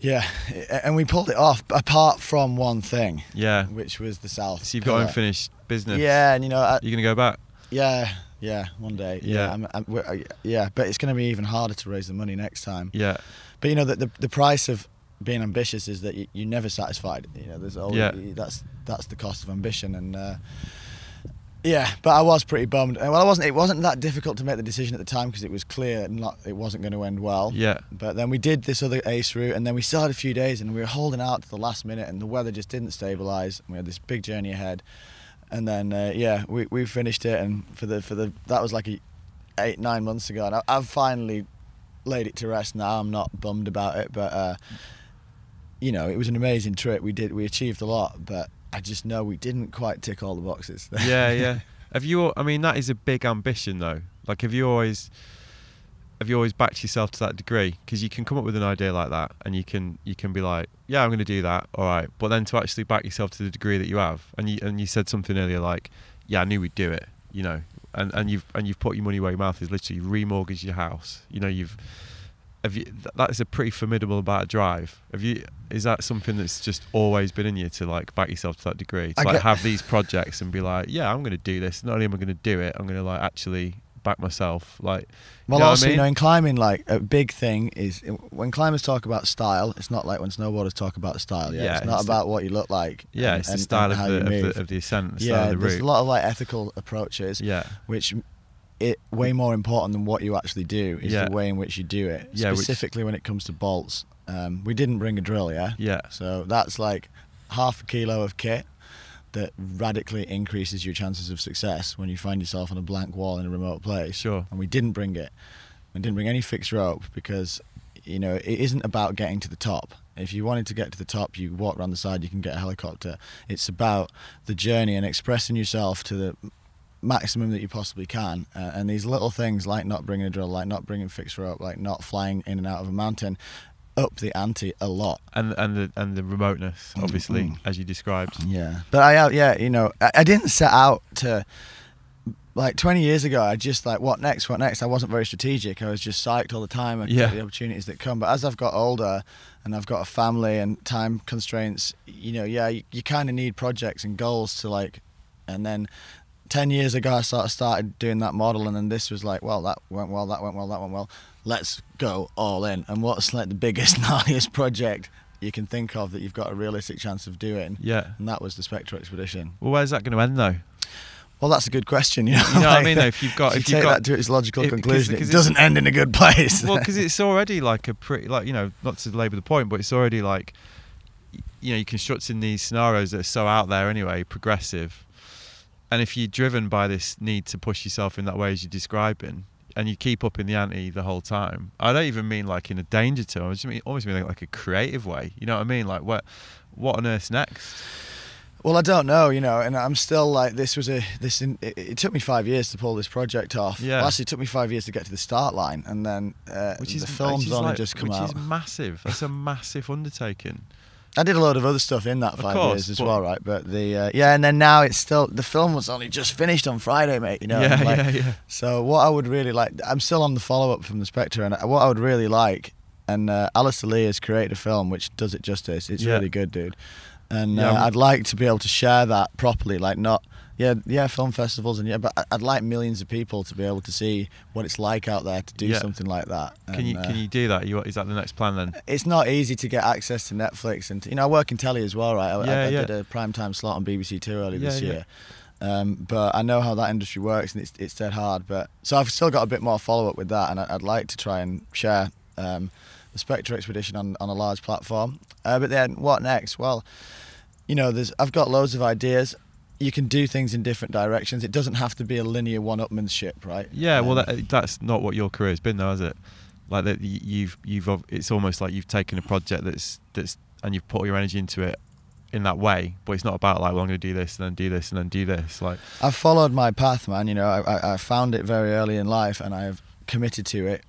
Speaker 2: yeah, a- and we pulled it off. Apart from one thing,
Speaker 1: yeah.
Speaker 2: which was the South.
Speaker 1: So you've got
Speaker 2: Pillar.
Speaker 1: unfinished business.
Speaker 2: Yeah, and you know, I,
Speaker 1: You're going to go back.
Speaker 2: Yeah, yeah, one day. Yeah,
Speaker 1: Yeah.
Speaker 2: I'm, I'm, we're- I- yeah, but it's going to be even harder to raise the money next time.
Speaker 1: Yeah.
Speaker 2: But you know, the, the the price of being ambitious is that you, you're never satisfied. You know, there's always
Speaker 1: Yeah.
Speaker 2: that's that's the cost of ambition and. Uh, yeah, but I was pretty bummed. Uh, Well, I wasn't. It wasn't that difficult to make the decision at the time because it was clear not it wasn't going to end well.
Speaker 1: Yeah.
Speaker 2: But then we did this other ace route, and then we still had a few days, and we were holding out to the last minute, and the weather just didn't stabilize. And we had this big journey ahead, and then uh, yeah, we, we finished it, and for the for the that was like a, eight nine months ago, and I, I've finally laid it to rest now. I'm not bummed about it, but uh, you know, it was an amazing trip. We did we achieved a lot, but I just know we didn't quite tick all the boxes.
Speaker 1: *laughs* yeah,
Speaker 2: *laughs*
Speaker 1: yeah. Have you? al- I mean, that is a big ambition, though. Like, have you always, have you always backed yourself to that degree? Because you can come up with an idea like that, and you can, you can be like, yeah, I'm going to do that. All right, but then to actually back yourself to the degree that you have, and you and you said something earlier like, yeah, I knew we'd do it. You know, and and you've and you've put your money where your mouth is. Literally, you remortgage your house. You know, you've. Have you, th- that is a pretty formidable amount of drive. Have you? Is that something that's just always been in you to like back yourself to that degree? To
Speaker 2: I
Speaker 1: like
Speaker 2: get-
Speaker 1: have these projects and be like, yeah, I'm going to do this. Not only am I going to do it, I'm going to like actually back myself. Like, You know
Speaker 2: Well,
Speaker 1: what I
Speaker 2: also, you
Speaker 1: mean?
Speaker 2: know, in climbing, like a big thing is when climbers talk about style, it's not like when snowboarders talk about style. Yeah,
Speaker 1: Yeah,
Speaker 2: it's not
Speaker 1: it's the-
Speaker 2: about what you look like.
Speaker 1: yeah,
Speaker 2: and-
Speaker 1: it's the
Speaker 2: and-
Speaker 1: style
Speaker 2: and
Speaker 1: of
Speaker 2: how
Speaker 1: the,
Speaker 2: you
Speaker 1: of
Speaker 2: move.
Speaker 1: the of the ascent, the
Speaker 2: yeah,
Speaker 1: style of the
Speaker 2: there's
Speaker 1: route.
Speaker 2: a lot of like ethical approaches,
Speaker 1: yeah,
Speaker 2: which m- it way more important than what you actually do is
Speaker 1: Yeah.
Speaker 2: the way in which you do it.
Speaker 1: Yeah, which-
Speaker 2: Specifically when it comes to bolts, um, we didn't bring a drill. Yeah,
Speaker 1: yeah,
Speaker 2: so that's like half a kilo of kit that radically increases your chances of success when you find yourself on a blank wall in a remote place.
Speaker 1: sure.
Speaker 2: And we didn't bring it. We didn't bring any fixed rope because, you know, it isn't about getting to the top. If you wanted to get to the top, you walk around the side, you can get a helicopter. It's about the journey and expressing yourself to the maximum that you possibly can. Uh, and these little things like not bringing a drill, like not bringing fixed rope, like not flying in and out of a mountain, up the ante a lot.
Speaker 1: And and the and the
Speaker 2: *clears throat*
Speaker 1: remoteness, obviously,
Speaker 2: Mm.
Speaker 1: as you described.
Speaker 2: Yeah, but I out. Yeah, you know, I, I didn't set out to. Like 20 years ago, I just like what next, what next. I wasn't very strategic. I was just psyched all the time. I
Speaker 1: Yeah.
Speaker 2: get the opportunities that come. But as I've got older, and I've got a family and time constraints, you know, yeah, you, you kind of need projects and goals to like. And then 10 years ago, I sort of started doing that model, and then this was like, well, that went well, that went well, that went well. Let's go all in. And what's like the biggest, *laughs* gnarliest project you can think of that you've got a realistic chance of doing.
Speaker 1: Yeah.
Speaker 2: And that was the Spectre expedition.
Speaker 1: Well, where's that going to end though?
Speaker 2: Well, that's a good question. You know,
Speaker 1: You
Speaker 2: *laughs*
Speaker 1: know what I
Speaker 2: like,
Speaker 1: mean? Though, if you've got,
Speaker 2: you
Speaker 1: if
Speaker 2: take
Speaker 1: you've got,
Speaker 2: that to its logical
Speaker 1: it- 'cause-
Speaker 2: conclusion,
Speaker 1: 'cause
Speaker 2: it
Speaker 1: it's-
Speaker 2: doesn't end in a good
Speaker 1: *laughs*
Speaker 2: place.
Speaker 1: well, because it's already like a pretty, like you know, not to labour the point, but it's already like, y- you know, you're constructing these scenarios that are so out there anyway, progressive, and if you're driven by this need to push yourself in that way as you're describing, and you keep up in the ante the whole time, I don't even mean like in a danger to, I just mean almost mean like, like a creative way. You know what I mean? Like what, what on earth's next?
Speaker 2: *laughs* Well, I don't know, you know, and I'm still like this was a this. In, it, it took me five years to pull this project off.
Speaker 1: Yeah.
Speaker 2: Well, actually, it took me five years to get to the start line, and then uh,
Speaker 1: Which
Speaker 2: the
Speaker 1: is
Speaker 2: film's
Speaker 1: which is
Speaker 2: only
Speaker 1: like-
Speaker 2: just come
Speaker 1: which
Speaker 2: out.
Speaker 1: is massive. That's a massive undertaking.
Speaker 2: I did a load of other stuff in that
Speaker 1: Of
Speaker 2: five
Speaker 1: course,
Speaker 2: years as
Speaker 1: but-
Speaker 2: well, right? But the uh, yeah, and then now it's still the film was only just finished on Friday, mate. *laughs* You know,
Speaker 1: yeah,
Speaker 2: and, like,
Speaker 1: yeah, yeah.
Speaker 2: So what I would really like, I'm still on the follow up from the Spectre, and what I would really like, and uh, Alistair Lee has created a film which does it justice. It's
Speaker 1: Yeah.
Speaker 2: really good, dude. And
Speaker 1: Yeah,
Speaker 2: uh,
Speaker 1: I'm-
Speaker 2: I'd like to be able to share that properly, like not, yeah, yeah, film festivals and yeah, but I- I'd like millions of people to be able to see what it's like out there to do
Speaker 1: Yeah.
Speaker 2: something like that.
Speaker 1: Can
Speaker 2: And,
Speaker 1: you
Speaker 2: uh,
Speaker 1: can you do that? You, is that the next plan then?
Speaker 2: it's not easy to get access to Netflix, and you know I work in telly as well, right? I, I-
Speaker 1: Yeah,
Speaker 2: I,
Speaker 1: yeah.
Speaker 2: did a prime time slot on BBC Two early
Speaker 1: Yeah,
Speaker 2: this
Speaker 1: yeah.
Speaker 2: year, um, but I know how that industry works, and it's it's dead hard. But so I've still got a bit more follow up with that, and I, I'd like to try and share um, the Spectre Expedition on on a large platform. Uh, but then what next? Well, you know, there's I've got loads of ideas. You can do things in different directions. It doesn't have to be a linear one-upmanship, right?
Speaker 1: Yeah, well,
Speaker 2: Um,
Speaker 1: that, eh, that's not what your career's been, though, has it? Like that, y- you've you've ob- it's almost like you've taken a project that's that's and you've put your energy into it in that way, but it's not about like, well, I'm going to do this and then do this and then do this. Like,
Speaker 2: I've followed my path, man. You know, I, I, I found it very early in life, and I've committed to it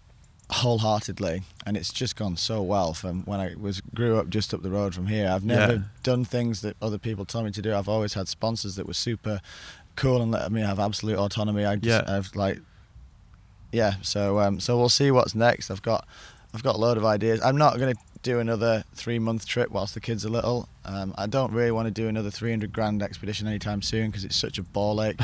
Speaker 2: wholeheartedly. And it's just gone so well. From when I was grew up just up the road from here, I've never
Speaker 1: Yeah.
Speaker 2: done things that other people told me to do. I've always had sponsors that were super cool and let me have absolute autonomy. I just,
Speaker 1: Yeah.
Speaker 2: I've like, yeah. So, um, so we'll see what's next. I've got, I've got a load of ideas. I'm not gonna do another three month trip whilst the kids are little. Um, I don't really want to do another 300 grand expedition anytime soon because it's such a ball
Speaker 1: *laughs*
Speaker 2: ache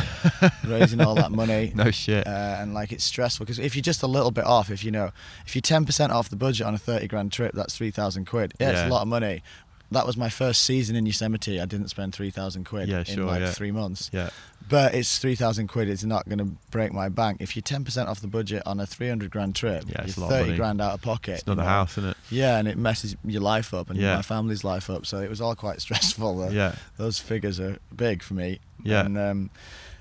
Speaker 2: raising all that money.
Speaker 1: no shit.
Speaker 2: Uh, and like it's stressful because if you're just a little bit off, if you know, if you're 10% off the budget on a 30 grand trip, that's 3,000 quid. Yeah, it's
Speaker 1: Yeah.
Speaker 2: a lot of money. That was my first season in Yosemite. I didn't spend 3,000 quid
Speaker 1: Yeah,
Speaker 2: in
Speaker 1: sure,
Speaker 2: like
Speaker 1: yeah.
Speaker 2: three months.
Speaker 1: yeah,
Speaker 2: But it's 3,000 quid. It's not going to break my bank. If you're 10% off the budget on a 300 grand trip,
Speaker 1: Yeah, it's a
Speaker 2: you're
Speaker 1: lot of
Speaker 2: 30
Speaker 1: money.
Speaker 2: grand out of pocket.
Speaker 1: it's not
Speaker 2: you
Speaker 1: the
Speaker 2: know.
Speaker 1: house, isn't it?
Speaker 2: Yeah, and it messes your life up and
Speaker 1: Yeah.
Speaker 2: my family's life up. So it was all quite *laughs* stressful. uh,
Speaker 1: Yeah,
Speaker 2: Those figures are big for me.
Speaker 1: Yeah.
Speaker 2: And, um,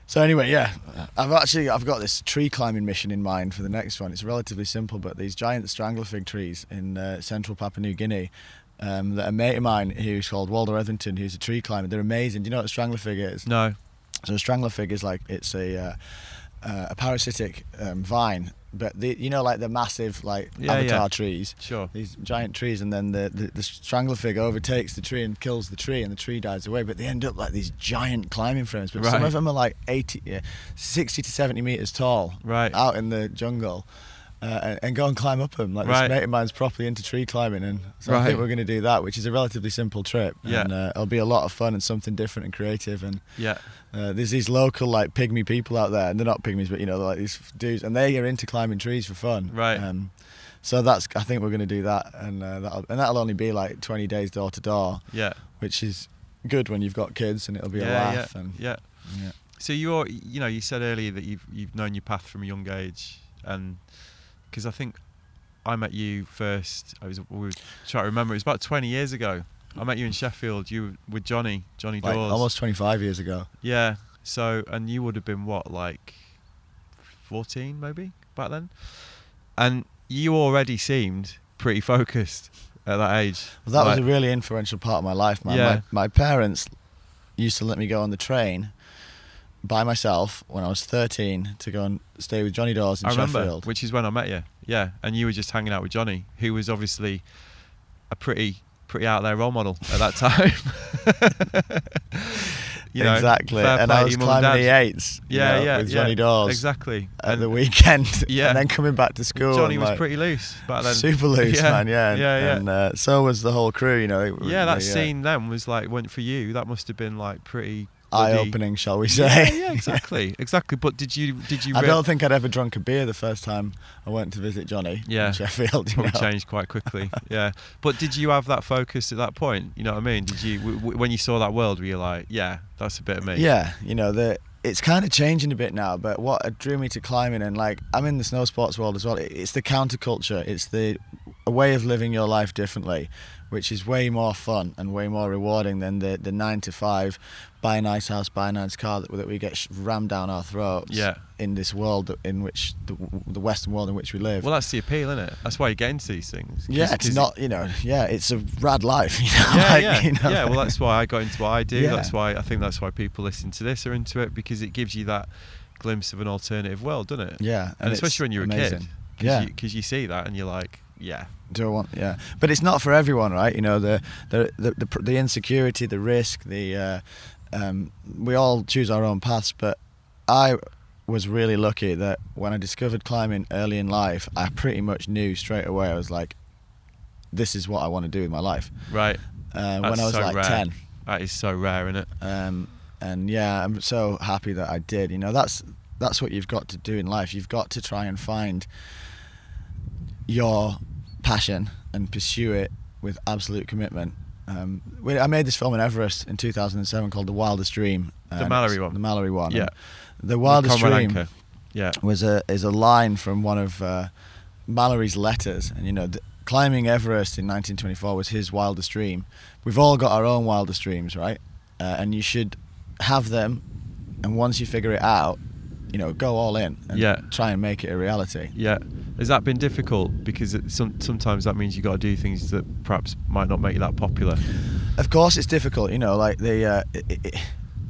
Speaker 2: so anyway, yeah, I've actually I've got this tree climbing mission in mind for the next one. It's relatively simple, but these giant strangler fig trees in uh, central Papua New Guinea. Um, that a mate of mine who's called Walter Etherington, who's a tree climber, they're amazing. Do you know what a strangler fig is?
Speaker 1: no,
Speaker 2: So a strangler fig is like it's a uh, uh, a parasitic um, vine, but the, you know like the massive like
Speaker 1: Yeah,
Speaker 2: avatar
Speaker 1: yeah.
Speaker 2: trees,
Speaker 1: sure.
Speaker 2: these giant trees, and then the, the the strangler fig overtakes the tree and kills the tree, and the tree dies away. But they end up like these giant climbing frames. But some
Speaker 1: Right.
Speaker 2: of them are like 80, yeah, 60 to seventy meters tall,
Speaker 1: Right.
Speaker 2: out in the jungle. Uh, and, and go and climb up them. Like
Speaker 1: Right.
Speaker 2: this mate of mine's properly into tree climbing, and so I
Speaker 1: Right.
Speaker 2: think we're going to do that, which is a relatively simple trip.
Speaker 1: Yeah.
Speaker 2: and uh, it'll be a lot of fun and something different and creative. And
Speaker 1: Yeah,
Speaker 2: uh, there's these local like pygmy people out there, and they're not pygmies, but you know, they're like these dudes, and they are into climbing trees for fun.
Speaker 1: Right.
Speaker 2: Um, so that's I think we're going to do that, and uh, that'll and that'll only be like 20 days door to door,
Speaker 1: yeah,
Speaker 2: which is good when you've got kids, and it'll be a
Speaker 1: yeah,
Speaker 2: laugh.
Speaker 1: yeah,
Speaker 2: And
Speaker 1: yeah.
Speaker 2: yeah.
Speaker 1: So you're, you know, you said earlier that you've you've known your path from a young age, and because I think I met you first. I was we were trying to remember. It was about twenty years ago. I met you in Sheffield. You were with Johnny, Johnny
Speaker 2: like
Speaker 1: Dawes.
Speaker 2: almost 25 years ago.
Speaker 1: Yeah. So and you would have been what like fourteen maybe back then, and you already seemed pretty focused at that age.
Speaker 2: Well, that was
Speaker 1: Like-
Speaker 2: a really influential part of my life, man.
Speaker 1: Yeah.
Speaker 2: My, my parents used to let me go on the train by myself when I was 13 to go and stay with Johnny Dawes in
Speaker 1: I remember,
Speaker 2: Sheffield.
Speaker 1: which is when I met you. Yeah, and you were just hanging out with Johnny, who was obviously a pretty, pretty out there role model at that *laughs* time. *laughs* You know,
Speaker 2: exactly.
Speaker 1: fair
Speaker 2: And
Speaker 1: play
Speaker 2: I
Speaker 1: to
Speaker 2: was
Speaker 1: your mum and
Speaker 2: climbing the
Speaker 1: dad.
Speaker 2: eights. you
Speaker 1: Yeah,
Speaker 2: know,
Speaker 1: yeah,
Speaker 2: with
Speaker 1: yeah,
Speaker 2: Johnny Dawes
Speaker 1: exactly.
Speaker 2: at
Speaker 1: And *laughs*
Speaker 2: the weekend.
Speaker 1: Yeah.
Speaker 2: and then coming back to school.
Speaker 1: Johnny
Speaker 2: and,
Speaker 1: was
Speaker 2: like,
Speaker 1: pretty loose back then. *laughs*
Speaker 2: super loose,
Speaker 1: Yeah,
Speaker 2: man. Yeah, and-
Speaker 1: yeah, yeah.
Speaker 2: And uh, so was the whole crew. You know. they-
Speaker 1: yeah, that
Speaker 2: they, uh,
Speaker 1: scene then was like went for you. That must have been like pretty. bloody-
Speaker 2: eye-opening, *laughs* shall we
Speaker 1: Yeah,
Speaker 2: say?
Speaker 1: yeah, exactly, exactly. But did you did you?
Speaker 2: *laughs* I
Speaker 1: rea-
Speaker 2: don't think I'd ever drunk a beer the first time I went to visit Johnny
Speaker 1: Yeah. *laughs*
Speaker 2: in Sheffield. You
Speaker 1: probably
Speaker 2: know?
Speaker 1: changed quite quickly. yeah, but did you have that focus at that point? You know what I mean? Did you w- w- when you saw that world? Were you like, yeah, that's a bit of me?
Speaker 2: Yeah, you know, the, it's kind of changing a bit now, but what drew me to climbing and like I'm in the snow sports world as well. It, it's the counterculture, it's the a way of living your life differently, which is way more fun and way more rewarding than the, the nine to five, buy a nice house, buy a nice car that, that we get sh- rammed down our throats
Speaker 1: Yeah.
Speaker 2: in this world that- in which the, the Western world in which we live.
Speaker 1: Well, that's the appeal, isn't it? That's why you get into these things. 'Cause-
Speaker 2: yeah, it's
Speaker 1: 'cause-
Speaker 2: not, you know, yeah, it's a rad life, *laughs* you know.
Speaker 1: Yeah,
Speaker 2: like,
Speaker 1: yeah,
Speaker 2: you know?
Speaker 1: yeah. Well, that's why I got into what I do.
Speaker 2: Yeah.
Speaker 1: That's why I think that's why people listening to this are into it because it gives you that glimpse of an alternative world, doesn't it?
Speaker 2: Yeah,
Speaker 1: and,
Speaker 2: and it's
Speaker 1: especially when you're a kid.
Speaker 2: amazing.
Speaker 1: 'cause
Speaker 2: Yeah.
Speaker 1: you- because you, see that and you're like, yeah,
Speaker 2: do I want? Yeah, but it's not for everyone, right? You know, the the the, the, pr- the insecurity, the risk, the uh, um, we all choose our own paths. But I was really lucky that when I discovered climbing early in life, I pretty much knew straight away. I was like, this is what I want to do with my life.
Speaker 1: right.
Speaker 2: Uh, when
Speaker 1: That's
Speaker 2: I was
Speaker 1: so
Speaker 2: like
Speaker 1: rare.
Speaker 2: ten,
Speaker 1: That is so rare, isn't it?
Speaker 2: um, and yeah, I'm so happy that I did. You know, that's that's what you've got to do in life. You've got to try and find your passion and pursue it with absolute commitment. Um, we, I made this film in Everest in 2007 called The Wildest Dream.
Speaker 1: The
Speaker 2: and
Speaker 1: Mallory
Speaker 2: it's-
Speaker 1: one.
Speaker 2: The Mallory one.
Speaker 1: Yeah.
Speaker 2: And The Wildest
Speaker 1: Conrad
Speaker 2: Dream
Speaker 1: Anker. Yeah.
Speaker 2: was a is a line from one of uh, Mallory's letters, and you know, th- climbing Everest in 1924 was his wildest dream. We've all got our own wildest dreams, right? Uh, and you should have them, and once you figure it out, you know, go all in and
Speaker 1: Yeah.
Speaker 2: try and make it a reality.
Speaker 1: Yeah. Has that been difficult? Because it, some, sometimes that means you got to do things that perhaps might not make you that popular.
Speaker 2: Of course, it's difficult, you know, like the uh, i i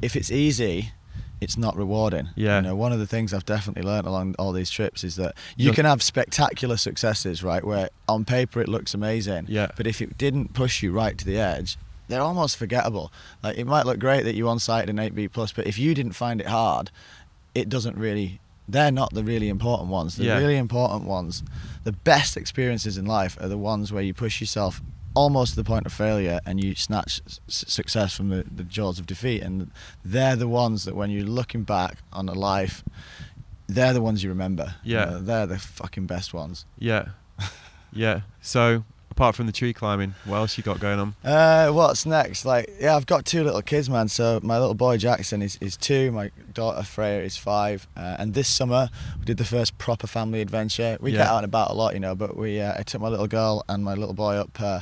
Speaker 2: if it's easy. It's not rewarding.
Speaker 1: Yeah.
Speaker 2: You know, one of the things I've definitely learned along all these trips is that you
Speaker 1: You're-
Speaker 2: can have spectacular successes, right? Where on paper it looks amazing.
Speaker 1: Yeah.
Speaker 2: But if it didn't push you right to the edge, they're almost forgettable. Like it might look great that you on site an 8B plus, but if you didn't find it hard, it doesn't really. They're not the really important ones. The
Speaker 1: Yeah.
Speaker 2: really important ones, the best experiences in life are the ones where you push yourself almost to the point of failure and you snatch s- success from the, the jaws of defeat. And they're the ones that when you're looking back on a life, they're the ones you remember. You
Speaker 1: Yeah.
Speaker 2: know, they're the fucking best ones. *laughs*
Speaker 1: Yeah. Yeah. So apart from the tree climbing, what else you got going on?
Speaker 2: Uh, what's next? Like, yeah, I've got two little kids, man. So my little boy Jackson is, is two. My daughter Freya is five. Uh, and this summer we did the first proper family adventure. We get
Speaker 1: Yeah.
Speaker 2: out and about a lot, you know. But we, uh, I took my little girl and my little boy up uh,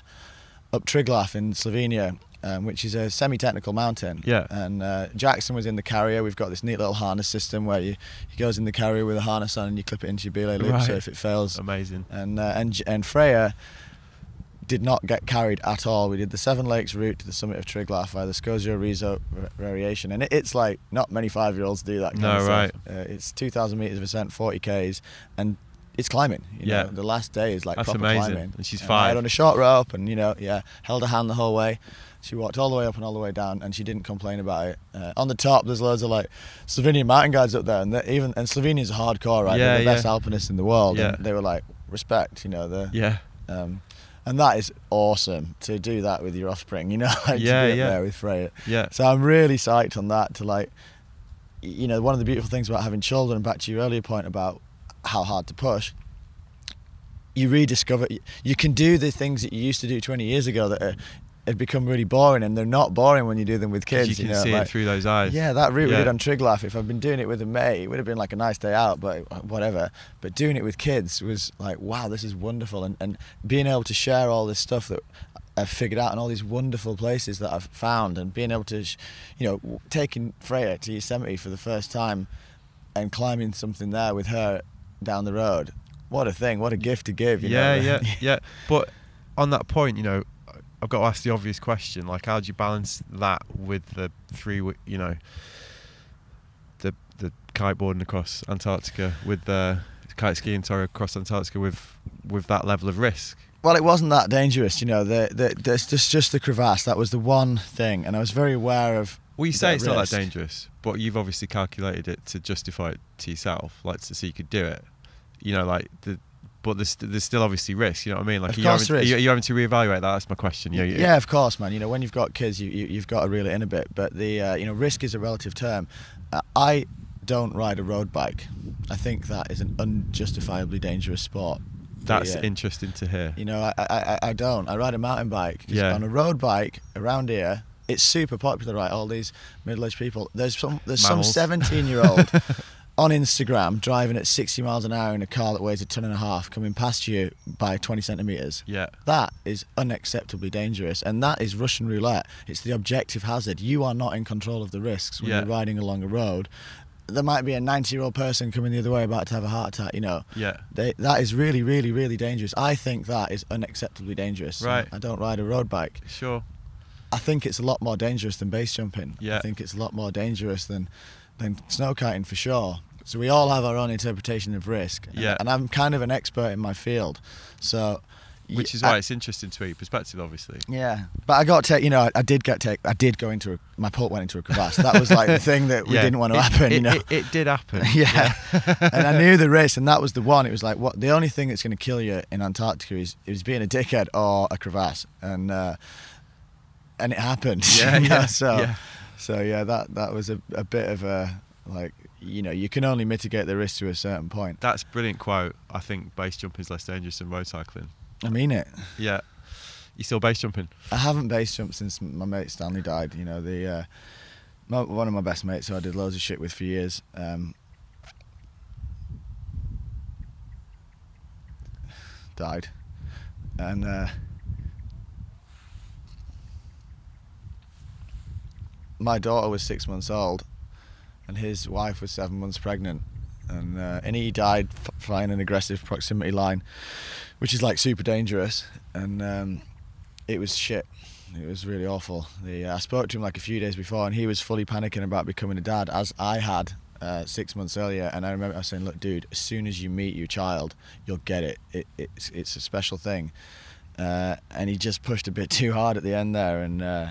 Speaker 2: up Triglav in Slovenia, um, which is a semi-technical mountain.
Speaker 1: Yeah.
Speaker 2: And uh, Jackson was in the carrier. We've got this neat little harness system where you he goes in the carrier with a harness on and you clip it into your belay loop.
Speaker 1: Right.
Speaker 2: So if it fails,
Speaker 1: Amazing.
Speaker 2: and uh, and and Freya did not get carried at all. We did the Seven Lakes route to the summit of Triglav via the Scotia Rezo v- variation, and it, it's like not many five-year-olds do that. Kind
Speaker 1: No,
Speaker 2: of
Speaker 1: right.
Speaker 2: Stuff. Uh, it's two thousand meters of ascent, forty k's, and it's climbing. You
Speaker 1: Yeah.
Speaker 2: know, the last day is like
Speaker 1: That's
Speaker 2: proper
Speaker 1: amazing.
Speaker 2: climbing.
Speaker 1: And she's
Speaker 2: I
Speaker 1: five.
Speaker 2: had on a short rope, and you know, yeah, held her hand the whole way. She walked all the way up and all the way down, and she didn't complain about it. Uh, on the top, there's loads of like Slovenian mountain guides up there, and they're even and Slovenians are hardcore, right?
Speaker 1: Yeah,
Speaker 2: they're the best
Speaker 1: yeah.
Speaker 2: alpinists in the world.
Speaker 1: Yeah.
Speaker 2: And they were like respect, you know. The,
Speaker 1: Yeah.
Speaker 2: um, and that is awesome to do that with your offspring, you know, *laughs* like
Speaker 1: Yeah,
Speaker 2: to be up
Speaker 1: yeah.
Speaker 2: there with Freya.
Speaker 1: Yeah.
Speaker 2: So I'm really psyched on that to like, y- you know, one of the beautiful things about having children, back to your earlier point about how hard to push, you rediscover, y- you can do the things that you used to do 20 years ago that are, have become really boring and they're not boring when you do them with
Speaker 1: 'Cause
Speaker 2: kids.
Speaker 1: you can
Speaker 2: know,
Speaker 1: see
Speaker 2: like-
Speaker 1: it through those eyes.
Speaker 2: yeah, that route we did
Speaker 1: Yeah.
Speaker 2: on Triglav, if I'd been doing it with a mate, it would have been like a nice day out, but uh, whatever. But doing it with kids was like, wow, this is wonderful. And, and being able to share all this stuff that I've figured out and all these wonderful places that I've found and being able to, sh- you know, w- taking Freya to Yosemite for the first time and climbing something there with her down the road. What a thing. What a gift to give. You
Speaker 1: yeah,
Speaker 2: know? *laughs*
Speaker 1: yeah, yeah. But on that point, you know, I've got to ask the obvious question: like, how do you balance that with the three, w- you know, the the kiteboarding across Antarctica with the kite skiing, sorry, across Antarctica with with that level of risk?
Speaker 2: Well, it wasn't that dangerous, you know. The, the, there's just, just the crevasse. That was the one thing. And I was very aware of.
Speaker 1: Well, you say
Speaker 2: that
Speaker 1: it's not that
Speaker 2: risk.
Speaker 1: dangerous, but you've obviously calculated it to justify it to yourself, like to so you could do it. You know, like the but there's there's still obviously risk. You know what I mean? Like,
Speaker 2: Of
Speaker 1: are you,
Speaker 2: course
Speaker 1: having,
Speaker 2: there is.
Speaker 1: Are, you, are you having to reevaluate that? That's my question. You know, you-
Speaker 2: yeah, of course, man. You know, when you've got kids, you, you you've got to reel it in a bit. But the uh, you know risk is a relative term. Uh, I don't ride a road bike. I think that is an unjustifiably dangerous sport. The,
Speaker 1: that's
Speaker 2: uh,
Speaker 1: interesting to hear.
Speaker 2: You know, I, I I- I don't. I ride a mountain bike. 'Cause
Speaker 1: Yeah.
Speaker 2: On a road bike around here, it's super popular, right? All these middle-aged people. There's some there's
Speaker 1: Mammals.
Speaker 2: some
Speaker 1: *laughs*
Speaker 2: 17-year-old on Instagram driving at 60 miles an hour in a car that weighs a ton and a half coming past you by 20 centimeters.
Speaker 1: Yeah.
Speaker 2: That is unacceptably dangerous, and that is Russian roulette. It's the objective hazard. You are not in control of the risks when
Speaker 1: Yeah.
Speaker 2: you're riding along a road. There might be a 90 year old person coming the other way about to have a heart attack, you know.
Speaker 1: Yeah.
Speaker 2: They, that is really, really, really dangerous. I think that is unacceptably dangerous.
Speaker 1: Right.
Speaker 2: I don't ride a road bike.
Speaker 1: Sure.
Speaker 2: I think it's a lot more dangerous than base jumping.
Speaker 1: Yeah.
Speaker 2: I think it's a lot more dangerous than than snow kiting for sure. So we all have our own interpretation of risk. And-
Speaker 1: Yeah.
Speaker 2: And, I'm kind of an expert in my field, so. y-
Speaker 1: Which is
Speaker 2: I-
Speaker 1: why it's interesting to your perspective, obviously.
Speaker 2: yeah, but I got take. You know, I, I did get take. I did go into a, my port went into a crevasse. That was
Speaker 1: *laughs*
Speaker 2: like the thing that we
Speaker 1: Yeah.
Speaker 2: didn't want to
Speaker 1: It- It,
Speaker 2: happen. you
Speaker 1: *laughs*
Speaker 2: know.
Speaker 1: it, it did happen.
Speaker 2: *laughs* yeah, and
Speaker 1: *laughs*
Speaker 2: I knew the risk, and that was the one. It was like, what? The only thing that's going to kill you in Antarctica is is being a dickhead or a crevasse, and uh, and it happened.
Speaker 1: Yeah,
Speaker 2: *laughs* you know,
Speaker 1: yeah,
Speaker 2: So,
Speaker 1: yeah.
Speaker 2: so yeah, that that was a, a bit of a like, you know, you can only mitigate the risk to a certain point.
Speaker 1: That's a brilliant quote. I think base jumping is less dangerous than road cycling.
Speaker 2: I mean it.
Speaker 1: Yeah. You still base jumping?
Speaker 2: I haven't base jumped since my mate Stanley died. You know, the uh, my, one of my best mates who I did loads of shit with for years. Um, died, and uh, my daughter was six months old, and his wife was seven months pregnant, and uh, and he died f- flying an aggressive proximity line, which is like super dangerous, and um, it was shit. It was really awful. The, uh, I spoke to him like a few days before, and he was fully panicking about becoming a dad, as I had uh, six months earlier. And I remember I was saying, "Look, dude, as soon as you meet your child, you'll get it. it it's it's a special thing." Uh, and he just pushed a bit too hard at the end there, and uh,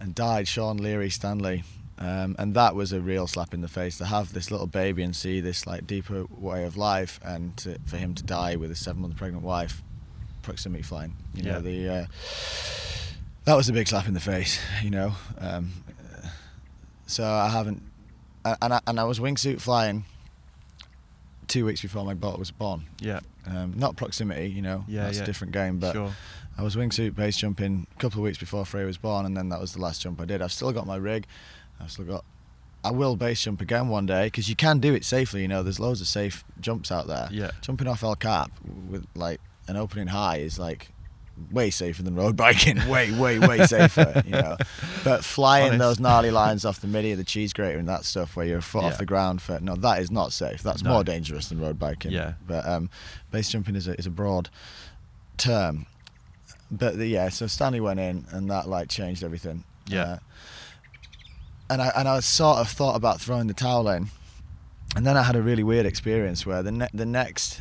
Speaker 2: and died. Sean Leary Stanley. Um, and that was a real slap in the face to have this little baby and see this like deeper way of life, and to, for him to die with a seven-month pregnant wife, proximity flying. You
Speaker 1: Yeah.
Speaker 2: know the uh, that was a big slap in the face, you know. Um, uh, so I haven't, a- and I, and I was wingsuit flying two weeks before my daughter was born.
Speaker 1: Yeah.
Speaker 2: Um, not proximity, you know.
Speaker 1: Yeah,
Speaker 2: that's
Speaker 1: yeah.
Speaker 2: a different game. But
Speaker 1: sure.
Speaker 2: I was wingsuit base jumping a couple of weeks before Frey was born, and then that was the last jump I did. I've still got my rig. I've still got. I will base jump again one day because you can do it safely. You know, there's loads of safe jumps out there.
Speaker 1: Yeah.
Speaker 2: Jumping off El Cap with like an opening high is like way safer than road biking. *laughs* way, *laughs* way, way safer. You know, but flying
Speaker 1: Honest.
Speaker 2: those gnarly lines off the midi of the cheese grater and that stuff where you're a foot
Speaker 1: Yeah.
Speaker 2: off the ground for no, that is not safe. That's
Speaker 1: No.
Speaker 2: more dangerous than road biking.
Speaker 1: Yeah.
Speaker 2: But um, base jumping is a is a broad term. But the, yeah, so Stanley went in, and that like changed everything.
Speaker 1: *laughs* Yeah.
Speaker 2: uh, and I and I sort of thought about throwing the towel in, and then I had a really weird experience where the ne- the next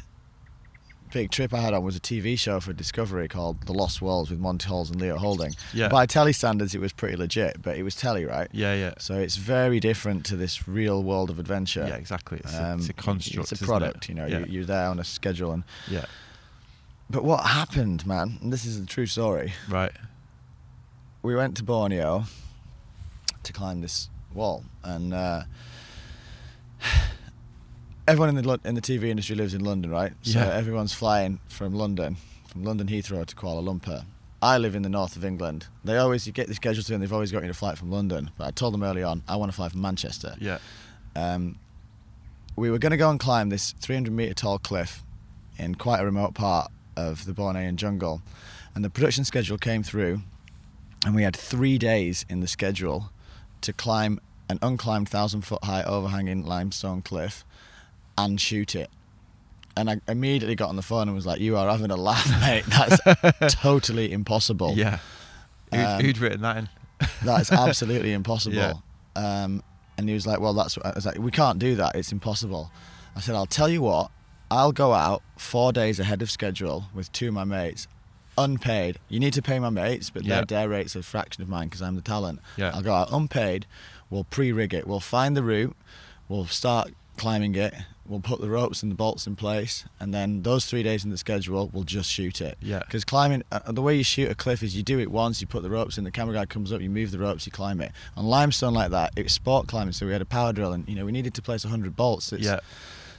Speaker 2: big trip I had on was a TV show for Discovery called The Lost Worlds with Monty Halls and Leo Holding.
Speaker 1: Yeah.
Speaker 2: By telly standards, it was pretty legit, but it was telly, right?
Speaker 1: Yeah, yeah.
Speaker 2: So it's very different to this real world of adventure.
Speaker 1: Yeah, exactly. It's, a,
Speaker 2: Um,
Speaker 1: it's a construct.
Speaker 2: It's
Speaker 1: isn't
Speaker 2: a
Speaker 1: it?
Speaker 2: product, you know.
Speaker 1: Yeah.
Speaker 2: You, you're there on a schedule, and
Speaker 1: yeah.
Speaker 2: but what happened, man? And this is a true story.
Speaker 1: Right.
Speaker 2: we went to Borneo to climb this wall, and uh, *sighs* everyone in the Lon- in the TV industry lives in London, right? So
Speaker 1: Yeah.
Speaker 2: everyone's flying from London, from London Heathrow to Kuala Lumpur. I live in the north of England. They always you get the schedule to, and they've always got you to flight from London. But I told them early on, I want to fly from Manchester.
Speaker 1: Yeah.
Speaker 2: Um, we were going to go and climb this 300 meter tall cliff in quite a remote part of the Bornean jungle, and the production schedule came through, and we had three days in the schedule to climb an unclimbed thousand foot high overhanging limestone cliff and shoot it. And I immediately got on the phone and was like, "You are having a laugh, mate. That's totally impossible."
Speaker 1: Yeah. Who'd,
Speaker 2: Um,
Speaker 1: who'd written that in? *laughs*
Speaker 2: That's absolutely impossible.
Speaker 1: Yeah.
Speaker 2: Um, and he was like, well, that's what I was like, we can't do that. It's impossible. I said, I'll tell you what, I'll go out four days ahead of schedule with two of my mates, unpaid. You need to pay my mates, but
Speaker 1: Yeah.
Speaker 2: their day rates are a fraction of mine because I'm the talent.
Speaker 1: Yeah.
Speaker 2: I'll go out unpaid. We'll pre rig it. We'll find the route. We'll start climbing it. We'll put the ropes and the bolts in place, and then those three days in the schedule, we'll just shoot it. *laughs*
Speaker 1: Yeah.
Speaker 2: Because climbing, uh, the way you shoot a cliff is you do it once, you put the ropes in, the camera guy comes up, you move the ropes, you climb it. On limestone like that, it's sport climbing, so we had a power drill, and you know we needed to place 100 bolts. It's,
Speaker 1: yeah.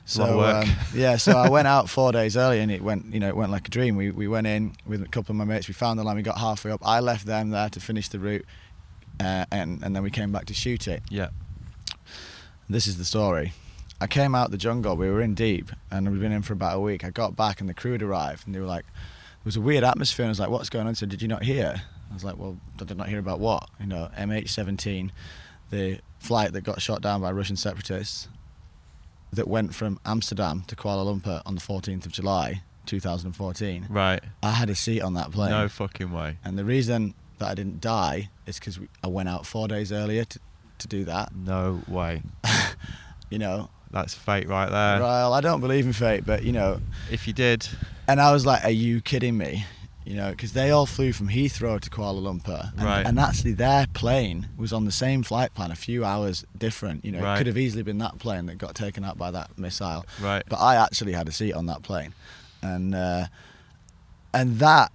Speaker 2: so
Speaker 1: lot of work. *laughs*
Speaker 2: um, yeah, so I went out four days early, and it went, you know, it went like a dream. We we went in with a couple of my mates. We found the line. We got halfway up. I left them there to finish the route, uh, and and then we came back to shoot it.
Speaker 1: Yeah.
Speaker 2: This is the story. I came out the jungle. We were in deep, and we'd been in for about a week. I got back, and the crew had arrived, and they were like, "There was a weird atmosphere." And I was like, "What's going on?" So did you not hear? I was like, "Well, I did not hear about what?" You know, MH17, the flight that got shot down by Russian separatists, that went from Amsterdam to Kuala Lumpur on the 14th of July, 2014.
Speaker 1: Right.
Speaker 2: I had a seat on that plane.
Speaker 1: No fucking way.
Speaker 2: And the reason that I didn't die is because I went out four days earlier to, to do that. *laughs*
Speaker 1: No way.
Speaker 2: You know,
Speaker 1: That's fate right there.
Speaker 2: well, I don't believe in fate, but you know,
Speaker 1: If you did,
Speaker 2: And I was like, "Are you kidding me?" You know, because they all flew from Heathrow to Kuala Lumpur, and,
Speaker 1: Right.
Speaker 2: and actually their plane was on the same flight plan, a few hours different. You know,
Speaker 1: Right.
Speaker 2: it could have easily been that plane that got taken out by that missile,
Speaker 1: right.
Speaker 2: but I actually had a seat on that plane, and uh, and that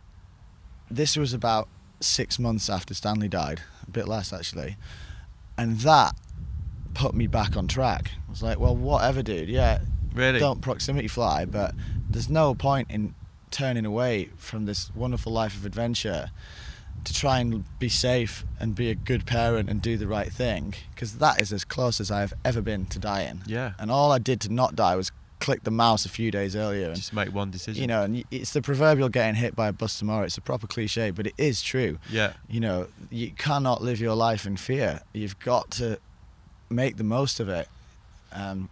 Speaker 2: this was about six months after Stanley died, a bit less actually, and that put me back on track. I was like, "Well, whatever, dude. Yeah,
Speaker 1: Really?
Speaker 2: don't proximity fly, but there's no point in turning away from this wonderful life of adventure to try and be safe and be a good parent and do the right thing because that is as close as I have ever been to dying.
Speaker 1: Yeah.
Speaker 2: And all I did to not die was click the mouse a few days earlier and
Speaker 1: Just make one decision.
Speaker 2: you know and y- it's the proverbial getting hit by a bus tomorrow it's a proper cliche but it is true
Speaker 1: Yeah.
Speaker 2: you know you cannot live your life in fear you've got to make the most of it um,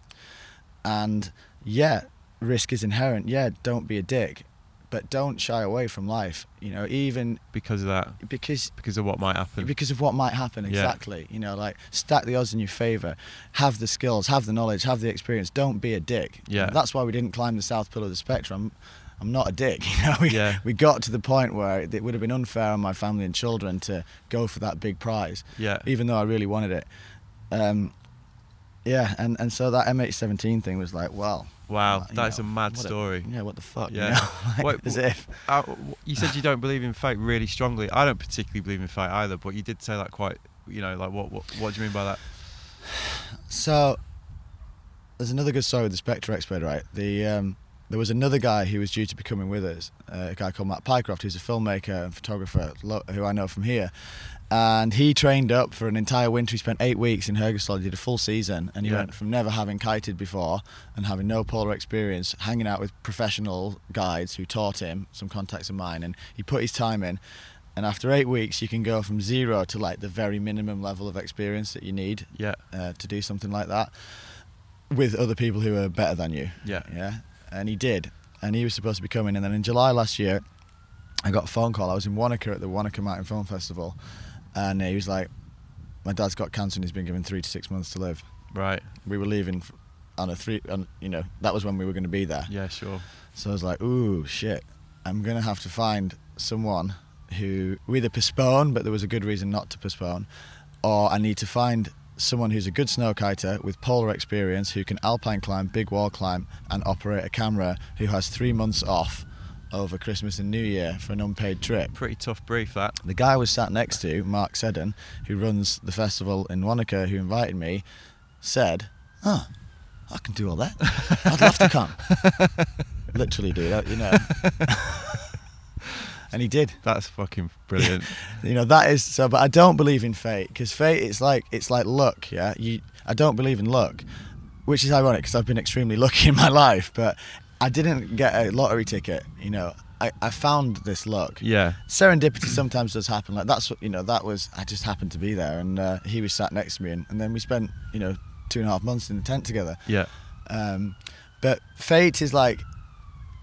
Speaker 2: and yeah risk is inherent yeah don't be a dick but don't shy away from life you know even
Speaker 1: Because of that.
Speaker 2: because
Speaker 1: Because of what might happen.
Speaker 2: because of what might happen
Speaker 1: Yeah.
Speaker 2: exactly you know like stack the odds in your favor have the skills have the knowledge have the experience don't be a dick
Speaker 1: Yeah.
Speaker 2: that's why we didn't climb the south pillar of the spectrum i'm not a dick *laughs* you know we,
Speaker 1: Yeah.
Speaker 2: we got to the point where it would have been unfair on my family and children to go for that big prize
Speaker 1: Yeah.
Speaker 2: even though i really wanted it um yeah and and so that mh17 thing was like wow
Speaker 1: Wow.
Speaker 2: you
Speaker 1: That's
Speaker 2: know,
Speaker 1: a mad
Speaker 2: what
Speaker 1: story.
Speaker 2: yeah what the fuck you
Speaker 1: Yeah.
Speaker 2: know? *laughs* Like,
Speaker 1: What-
Speaker 2: as if
Speaker 1: Uh, w- you said you don't believe in fate really strongly. I don't particularly believe in fate either, but you did say that quite. You know, like what? What, what do you mean by that?
Speaker 2: So there's another good story with the Spectre expert, right? The um, there was another guy who was due to be coming with us, uh, a guy called Matt Pycroft, who's a filmmaker and photographer lo- who I know from here, and he trained up for an entire winter. He spent eight weeks in Hergestad, he did a full season, and he
Speaker 1: Yeah.
Speaker 2: went from never having kited before and having no polar experience, hanging out with professional guides who taught him, some contacts of mine, and he put his time in. And after eight weeks, you can go from zero to like the very minimum level of experience that you need
Speaker 1: Yeah.
Speaker 2: uh, to do something like that with other people who are better than you.
Speaker 1: Yeah.
Speaker 2: Yeah. And he did. And he was supposed to be coming. And then in July last year, I got a phone call. I was in Wanaka at the Wanaka Mountain Film Festival. And he was like, My dad's got cancer and he's been given three to six months to live.
Speaker 1: Right.
Speaker 2: We were leaving f- on a three, on, you know, that was when we were going to be there.
Speaker 1: Yeah. Sure.
Speaker 2: So I was like, ooh, shit. I'm going to have to find someone who we either postpone, but there was a good reason not to postpone, or I need to find someone who's a good snow kiter with polar experience who can alpine climb, big wall climb, and operate a camera who has three months off over Christmas and New Year for an unpaid trip.
Speaker 1: Pretty tough brief that.
Speaker 2: The guy I was sat next to, Mark Seddon, who runs the festival in Wanaka, who invited me, said, Oh, I can do all that. *laughs* I'd love to come. Literally, do that, you know. and he did.
Speaker 1: *laughs* That's fucking brilliant.
Speaker 2: You know, that is so, but I don't believe in fate because fate, it's like, it's like luck, yeah? You, I don't believe in luck, which is ironic because I've been extremely *laughs* lucky in my life, but I didn't get a lottery ticket, you know. I, I found this luck
Speaker 1: yeah.
Speaker 2: serendipity sometimes does happen like that's what you know that was i just happened to be there and uh, he was sat next to me and, and then we spent you know two and a half months in the tent together
Speaker 1: Yeah.
Speaker 2: um, but fate is like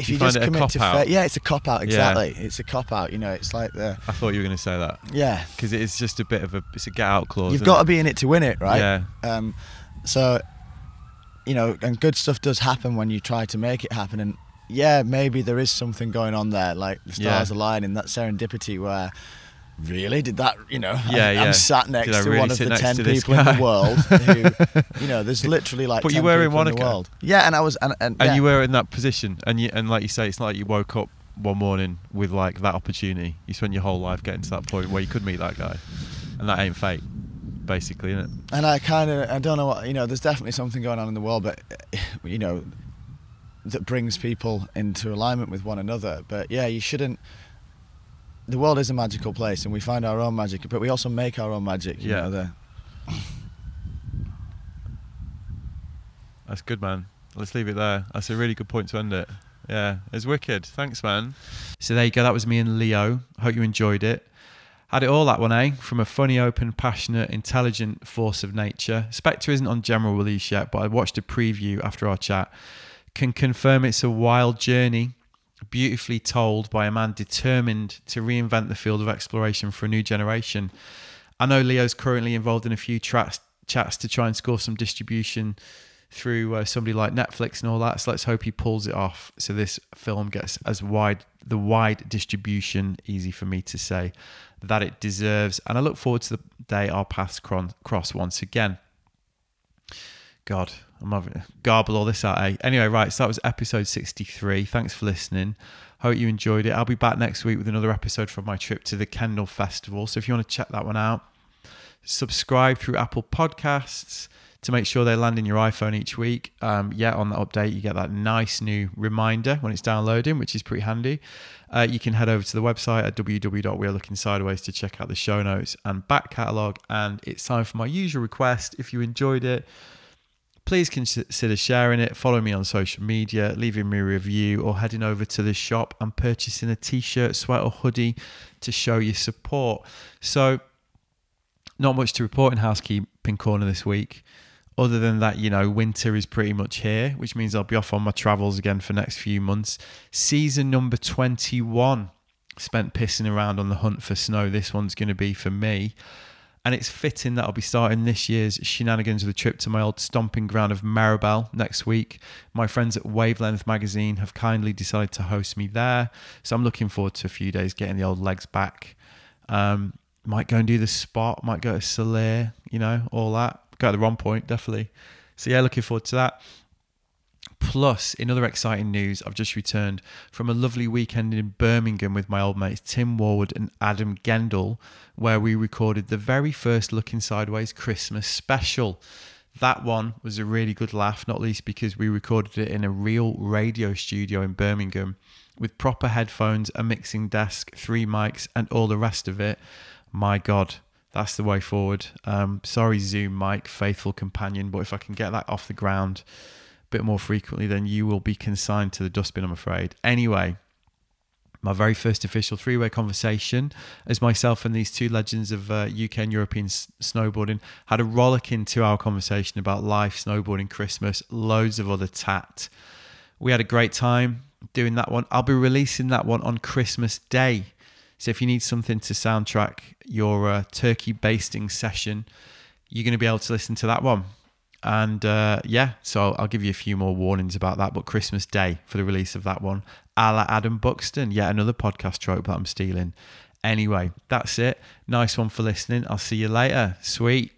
Speaker 2: if
Speaker 1: You
Speaker 2: you,
Speaker 1: find it
Speaker 2: just
Speaker 1: a
Speaker 2: commit to
Speaker 1: cop-out.
Speaker 2: fate yeah it's a cop out
Speaker 1: Yeah.
Speaker 2: exactly it's a cop out you know it's like the
Speaker 1: I thought you were going to say that
Speaker 2: yeah
Speaker 1: because it is just a bit of a it's a get out clause.
Speaker 2: you've
Speaker 1: isn't
Speaker 2: got to
Speaker 1: it?
Speaker 2: be in it to win it right
Speaker 1: Yeah.
Speaker 2: um, so you know and good stuff does happen when you try to make it happen and yeah maybe there is something going on there like the
Speaker 1: Yeah.
Speaker 2: stars align in that serendipity where really did that you know
Speaker 1: Yeah,
Speaker 2: I,
Speaker 1: yeah.
Speaker 2: am sat next
Speaker 1: Did I
Speaker 2: to
Speaker 1: really
Speaker 2: one of
Speaker 1: sit
Speaker 2: the
Speaker 1: next
Speaker 2: 10
Speaker 1: to this
Speaker 2: people in
Speaker 1: guy?
Speaker 2: the world who you
Speaker 1: *laughs*
Speaker 2: know there's literally like
Speaker 1: But you
Speaker 2: 10
Speaker 1: were in
Speaker 2: people the
Speaker 1: Wanaka.
Speaker 2: world yeah and I was and, and,
Speaker 1: And
Speaker 2: yeah.
Speaker 1: you were in that position, and you and like you say, it's not like you woke up one morning with like that opportunity. You spent your whole life getting to that point where you could meet that guy, and that ain't fate, basically, is it?
Speaker 2: and I kind of I don't know what you know. There's definitely something going on in the world, but eh, you know that brings people into alignment with one another. But yeah, you shouldn't. The world is a magical place, and we find our own magic, but we also make our own magic. You
Speaker 1: Yeah.
Speaker 2: know, the,
Speaker 1: That's good, man. Let's leave it there. That's a really good point to end it. Yeah, it's wicked. Thanks, man. So there you go. That was me and Leo. Hope you enjoyed it. Had it all that one, eh? From a funny, open, passionate, intelligent force of nature. Spectre isn't on general release yet, but I watched a preview after our chat. Can confirm it's a wild journey, beautifully told by a man determined to reinvent the field of exploration for a new generation. I know Leo's currently involved in a few tracks, chats to try and score some distribution through uh, somebody like Netflix and all that. So let's hope he pulls it off. So this film gets as wide the wide distribution, easy for me to say, that it deserves. And I look forward to the day our paths cron- cross once again. God, I'm having to garble all this out, eh? Anyway, right, so that was episode 63. Thanks for listening. Hope you enjoyed it. I'll be back next week with another episode from my trip to the Kendall Festival. So if you want to check that one out, subscribe through Apple Podcasts to make sure they land in your iPhone each week. Um, yeah, on that update, you get that nice new reminder when it's downloading, which is pretty handy. Uh, you can head over to the website at www.wearelookingsideways to check out the show notes and back catalogue. And it's time for my usual request. If you enjoyed it, please consider sharing it, following me on social media, leaving me a review, or heading over to the shop and purchasing a t shirt, sweater, or hoodie to show your support. So, not much to report in housekeeping corner this week. Other than that, you know, winter is pretty much here, which means I'll be off on my travels again for next few months. Season number 21 spent pissing around on the hunt for snow. This one's going to be for me. And it's fitting that I'll be starting this year's shenanigans with a trip to my old stomping ground of Maribel next week. My friends at Wavelength magazine have kindly decided to host me there. So I'm looking forward to a few days getting the old legs back. Um, might go and do the spot, might go to Soleil, you know, all that. Go at the wrong point, definitely. So yeah, looking forward to that. Plus, in other exciting news, I've just returned from a lovely weekend in Birmingham with my old mates Tim Warwood and Adam Gendel, where we recorded the very first Looking Sideways Christmas special. That one was a really good laugh, not least because we recorded it in a real radio studio in Birmingham with proper headphones, a mixing desk, three mics, and all the rest of it. My God, that's the way forward. Um, sorry, Zoom mic, faithful companion, but if I can get that off the ground, bit more frequently, then you will be consigned to the dustbin, I'm afraid. Anyway, my very first official three way conversation as myself and these two legends of uh, UK and European s- snowboarding had a rollicking two hour conversation about life, snowboarding, Christmas, loads of other tat. We had a great time doing that one. I'll be releasing that one on Christmas Day. So if you need something to soundtrack your uh, turkey basting session, you're going to be able to listen to that one. And uh, yeah, so I'll give you a few more warnings about that. But Christmas Day for the release of that one, a la Adam Buxton, yet another podcast trope that I'm stealing. Anyway, that's it. Nice one for listening. I'll see you later. Sweet.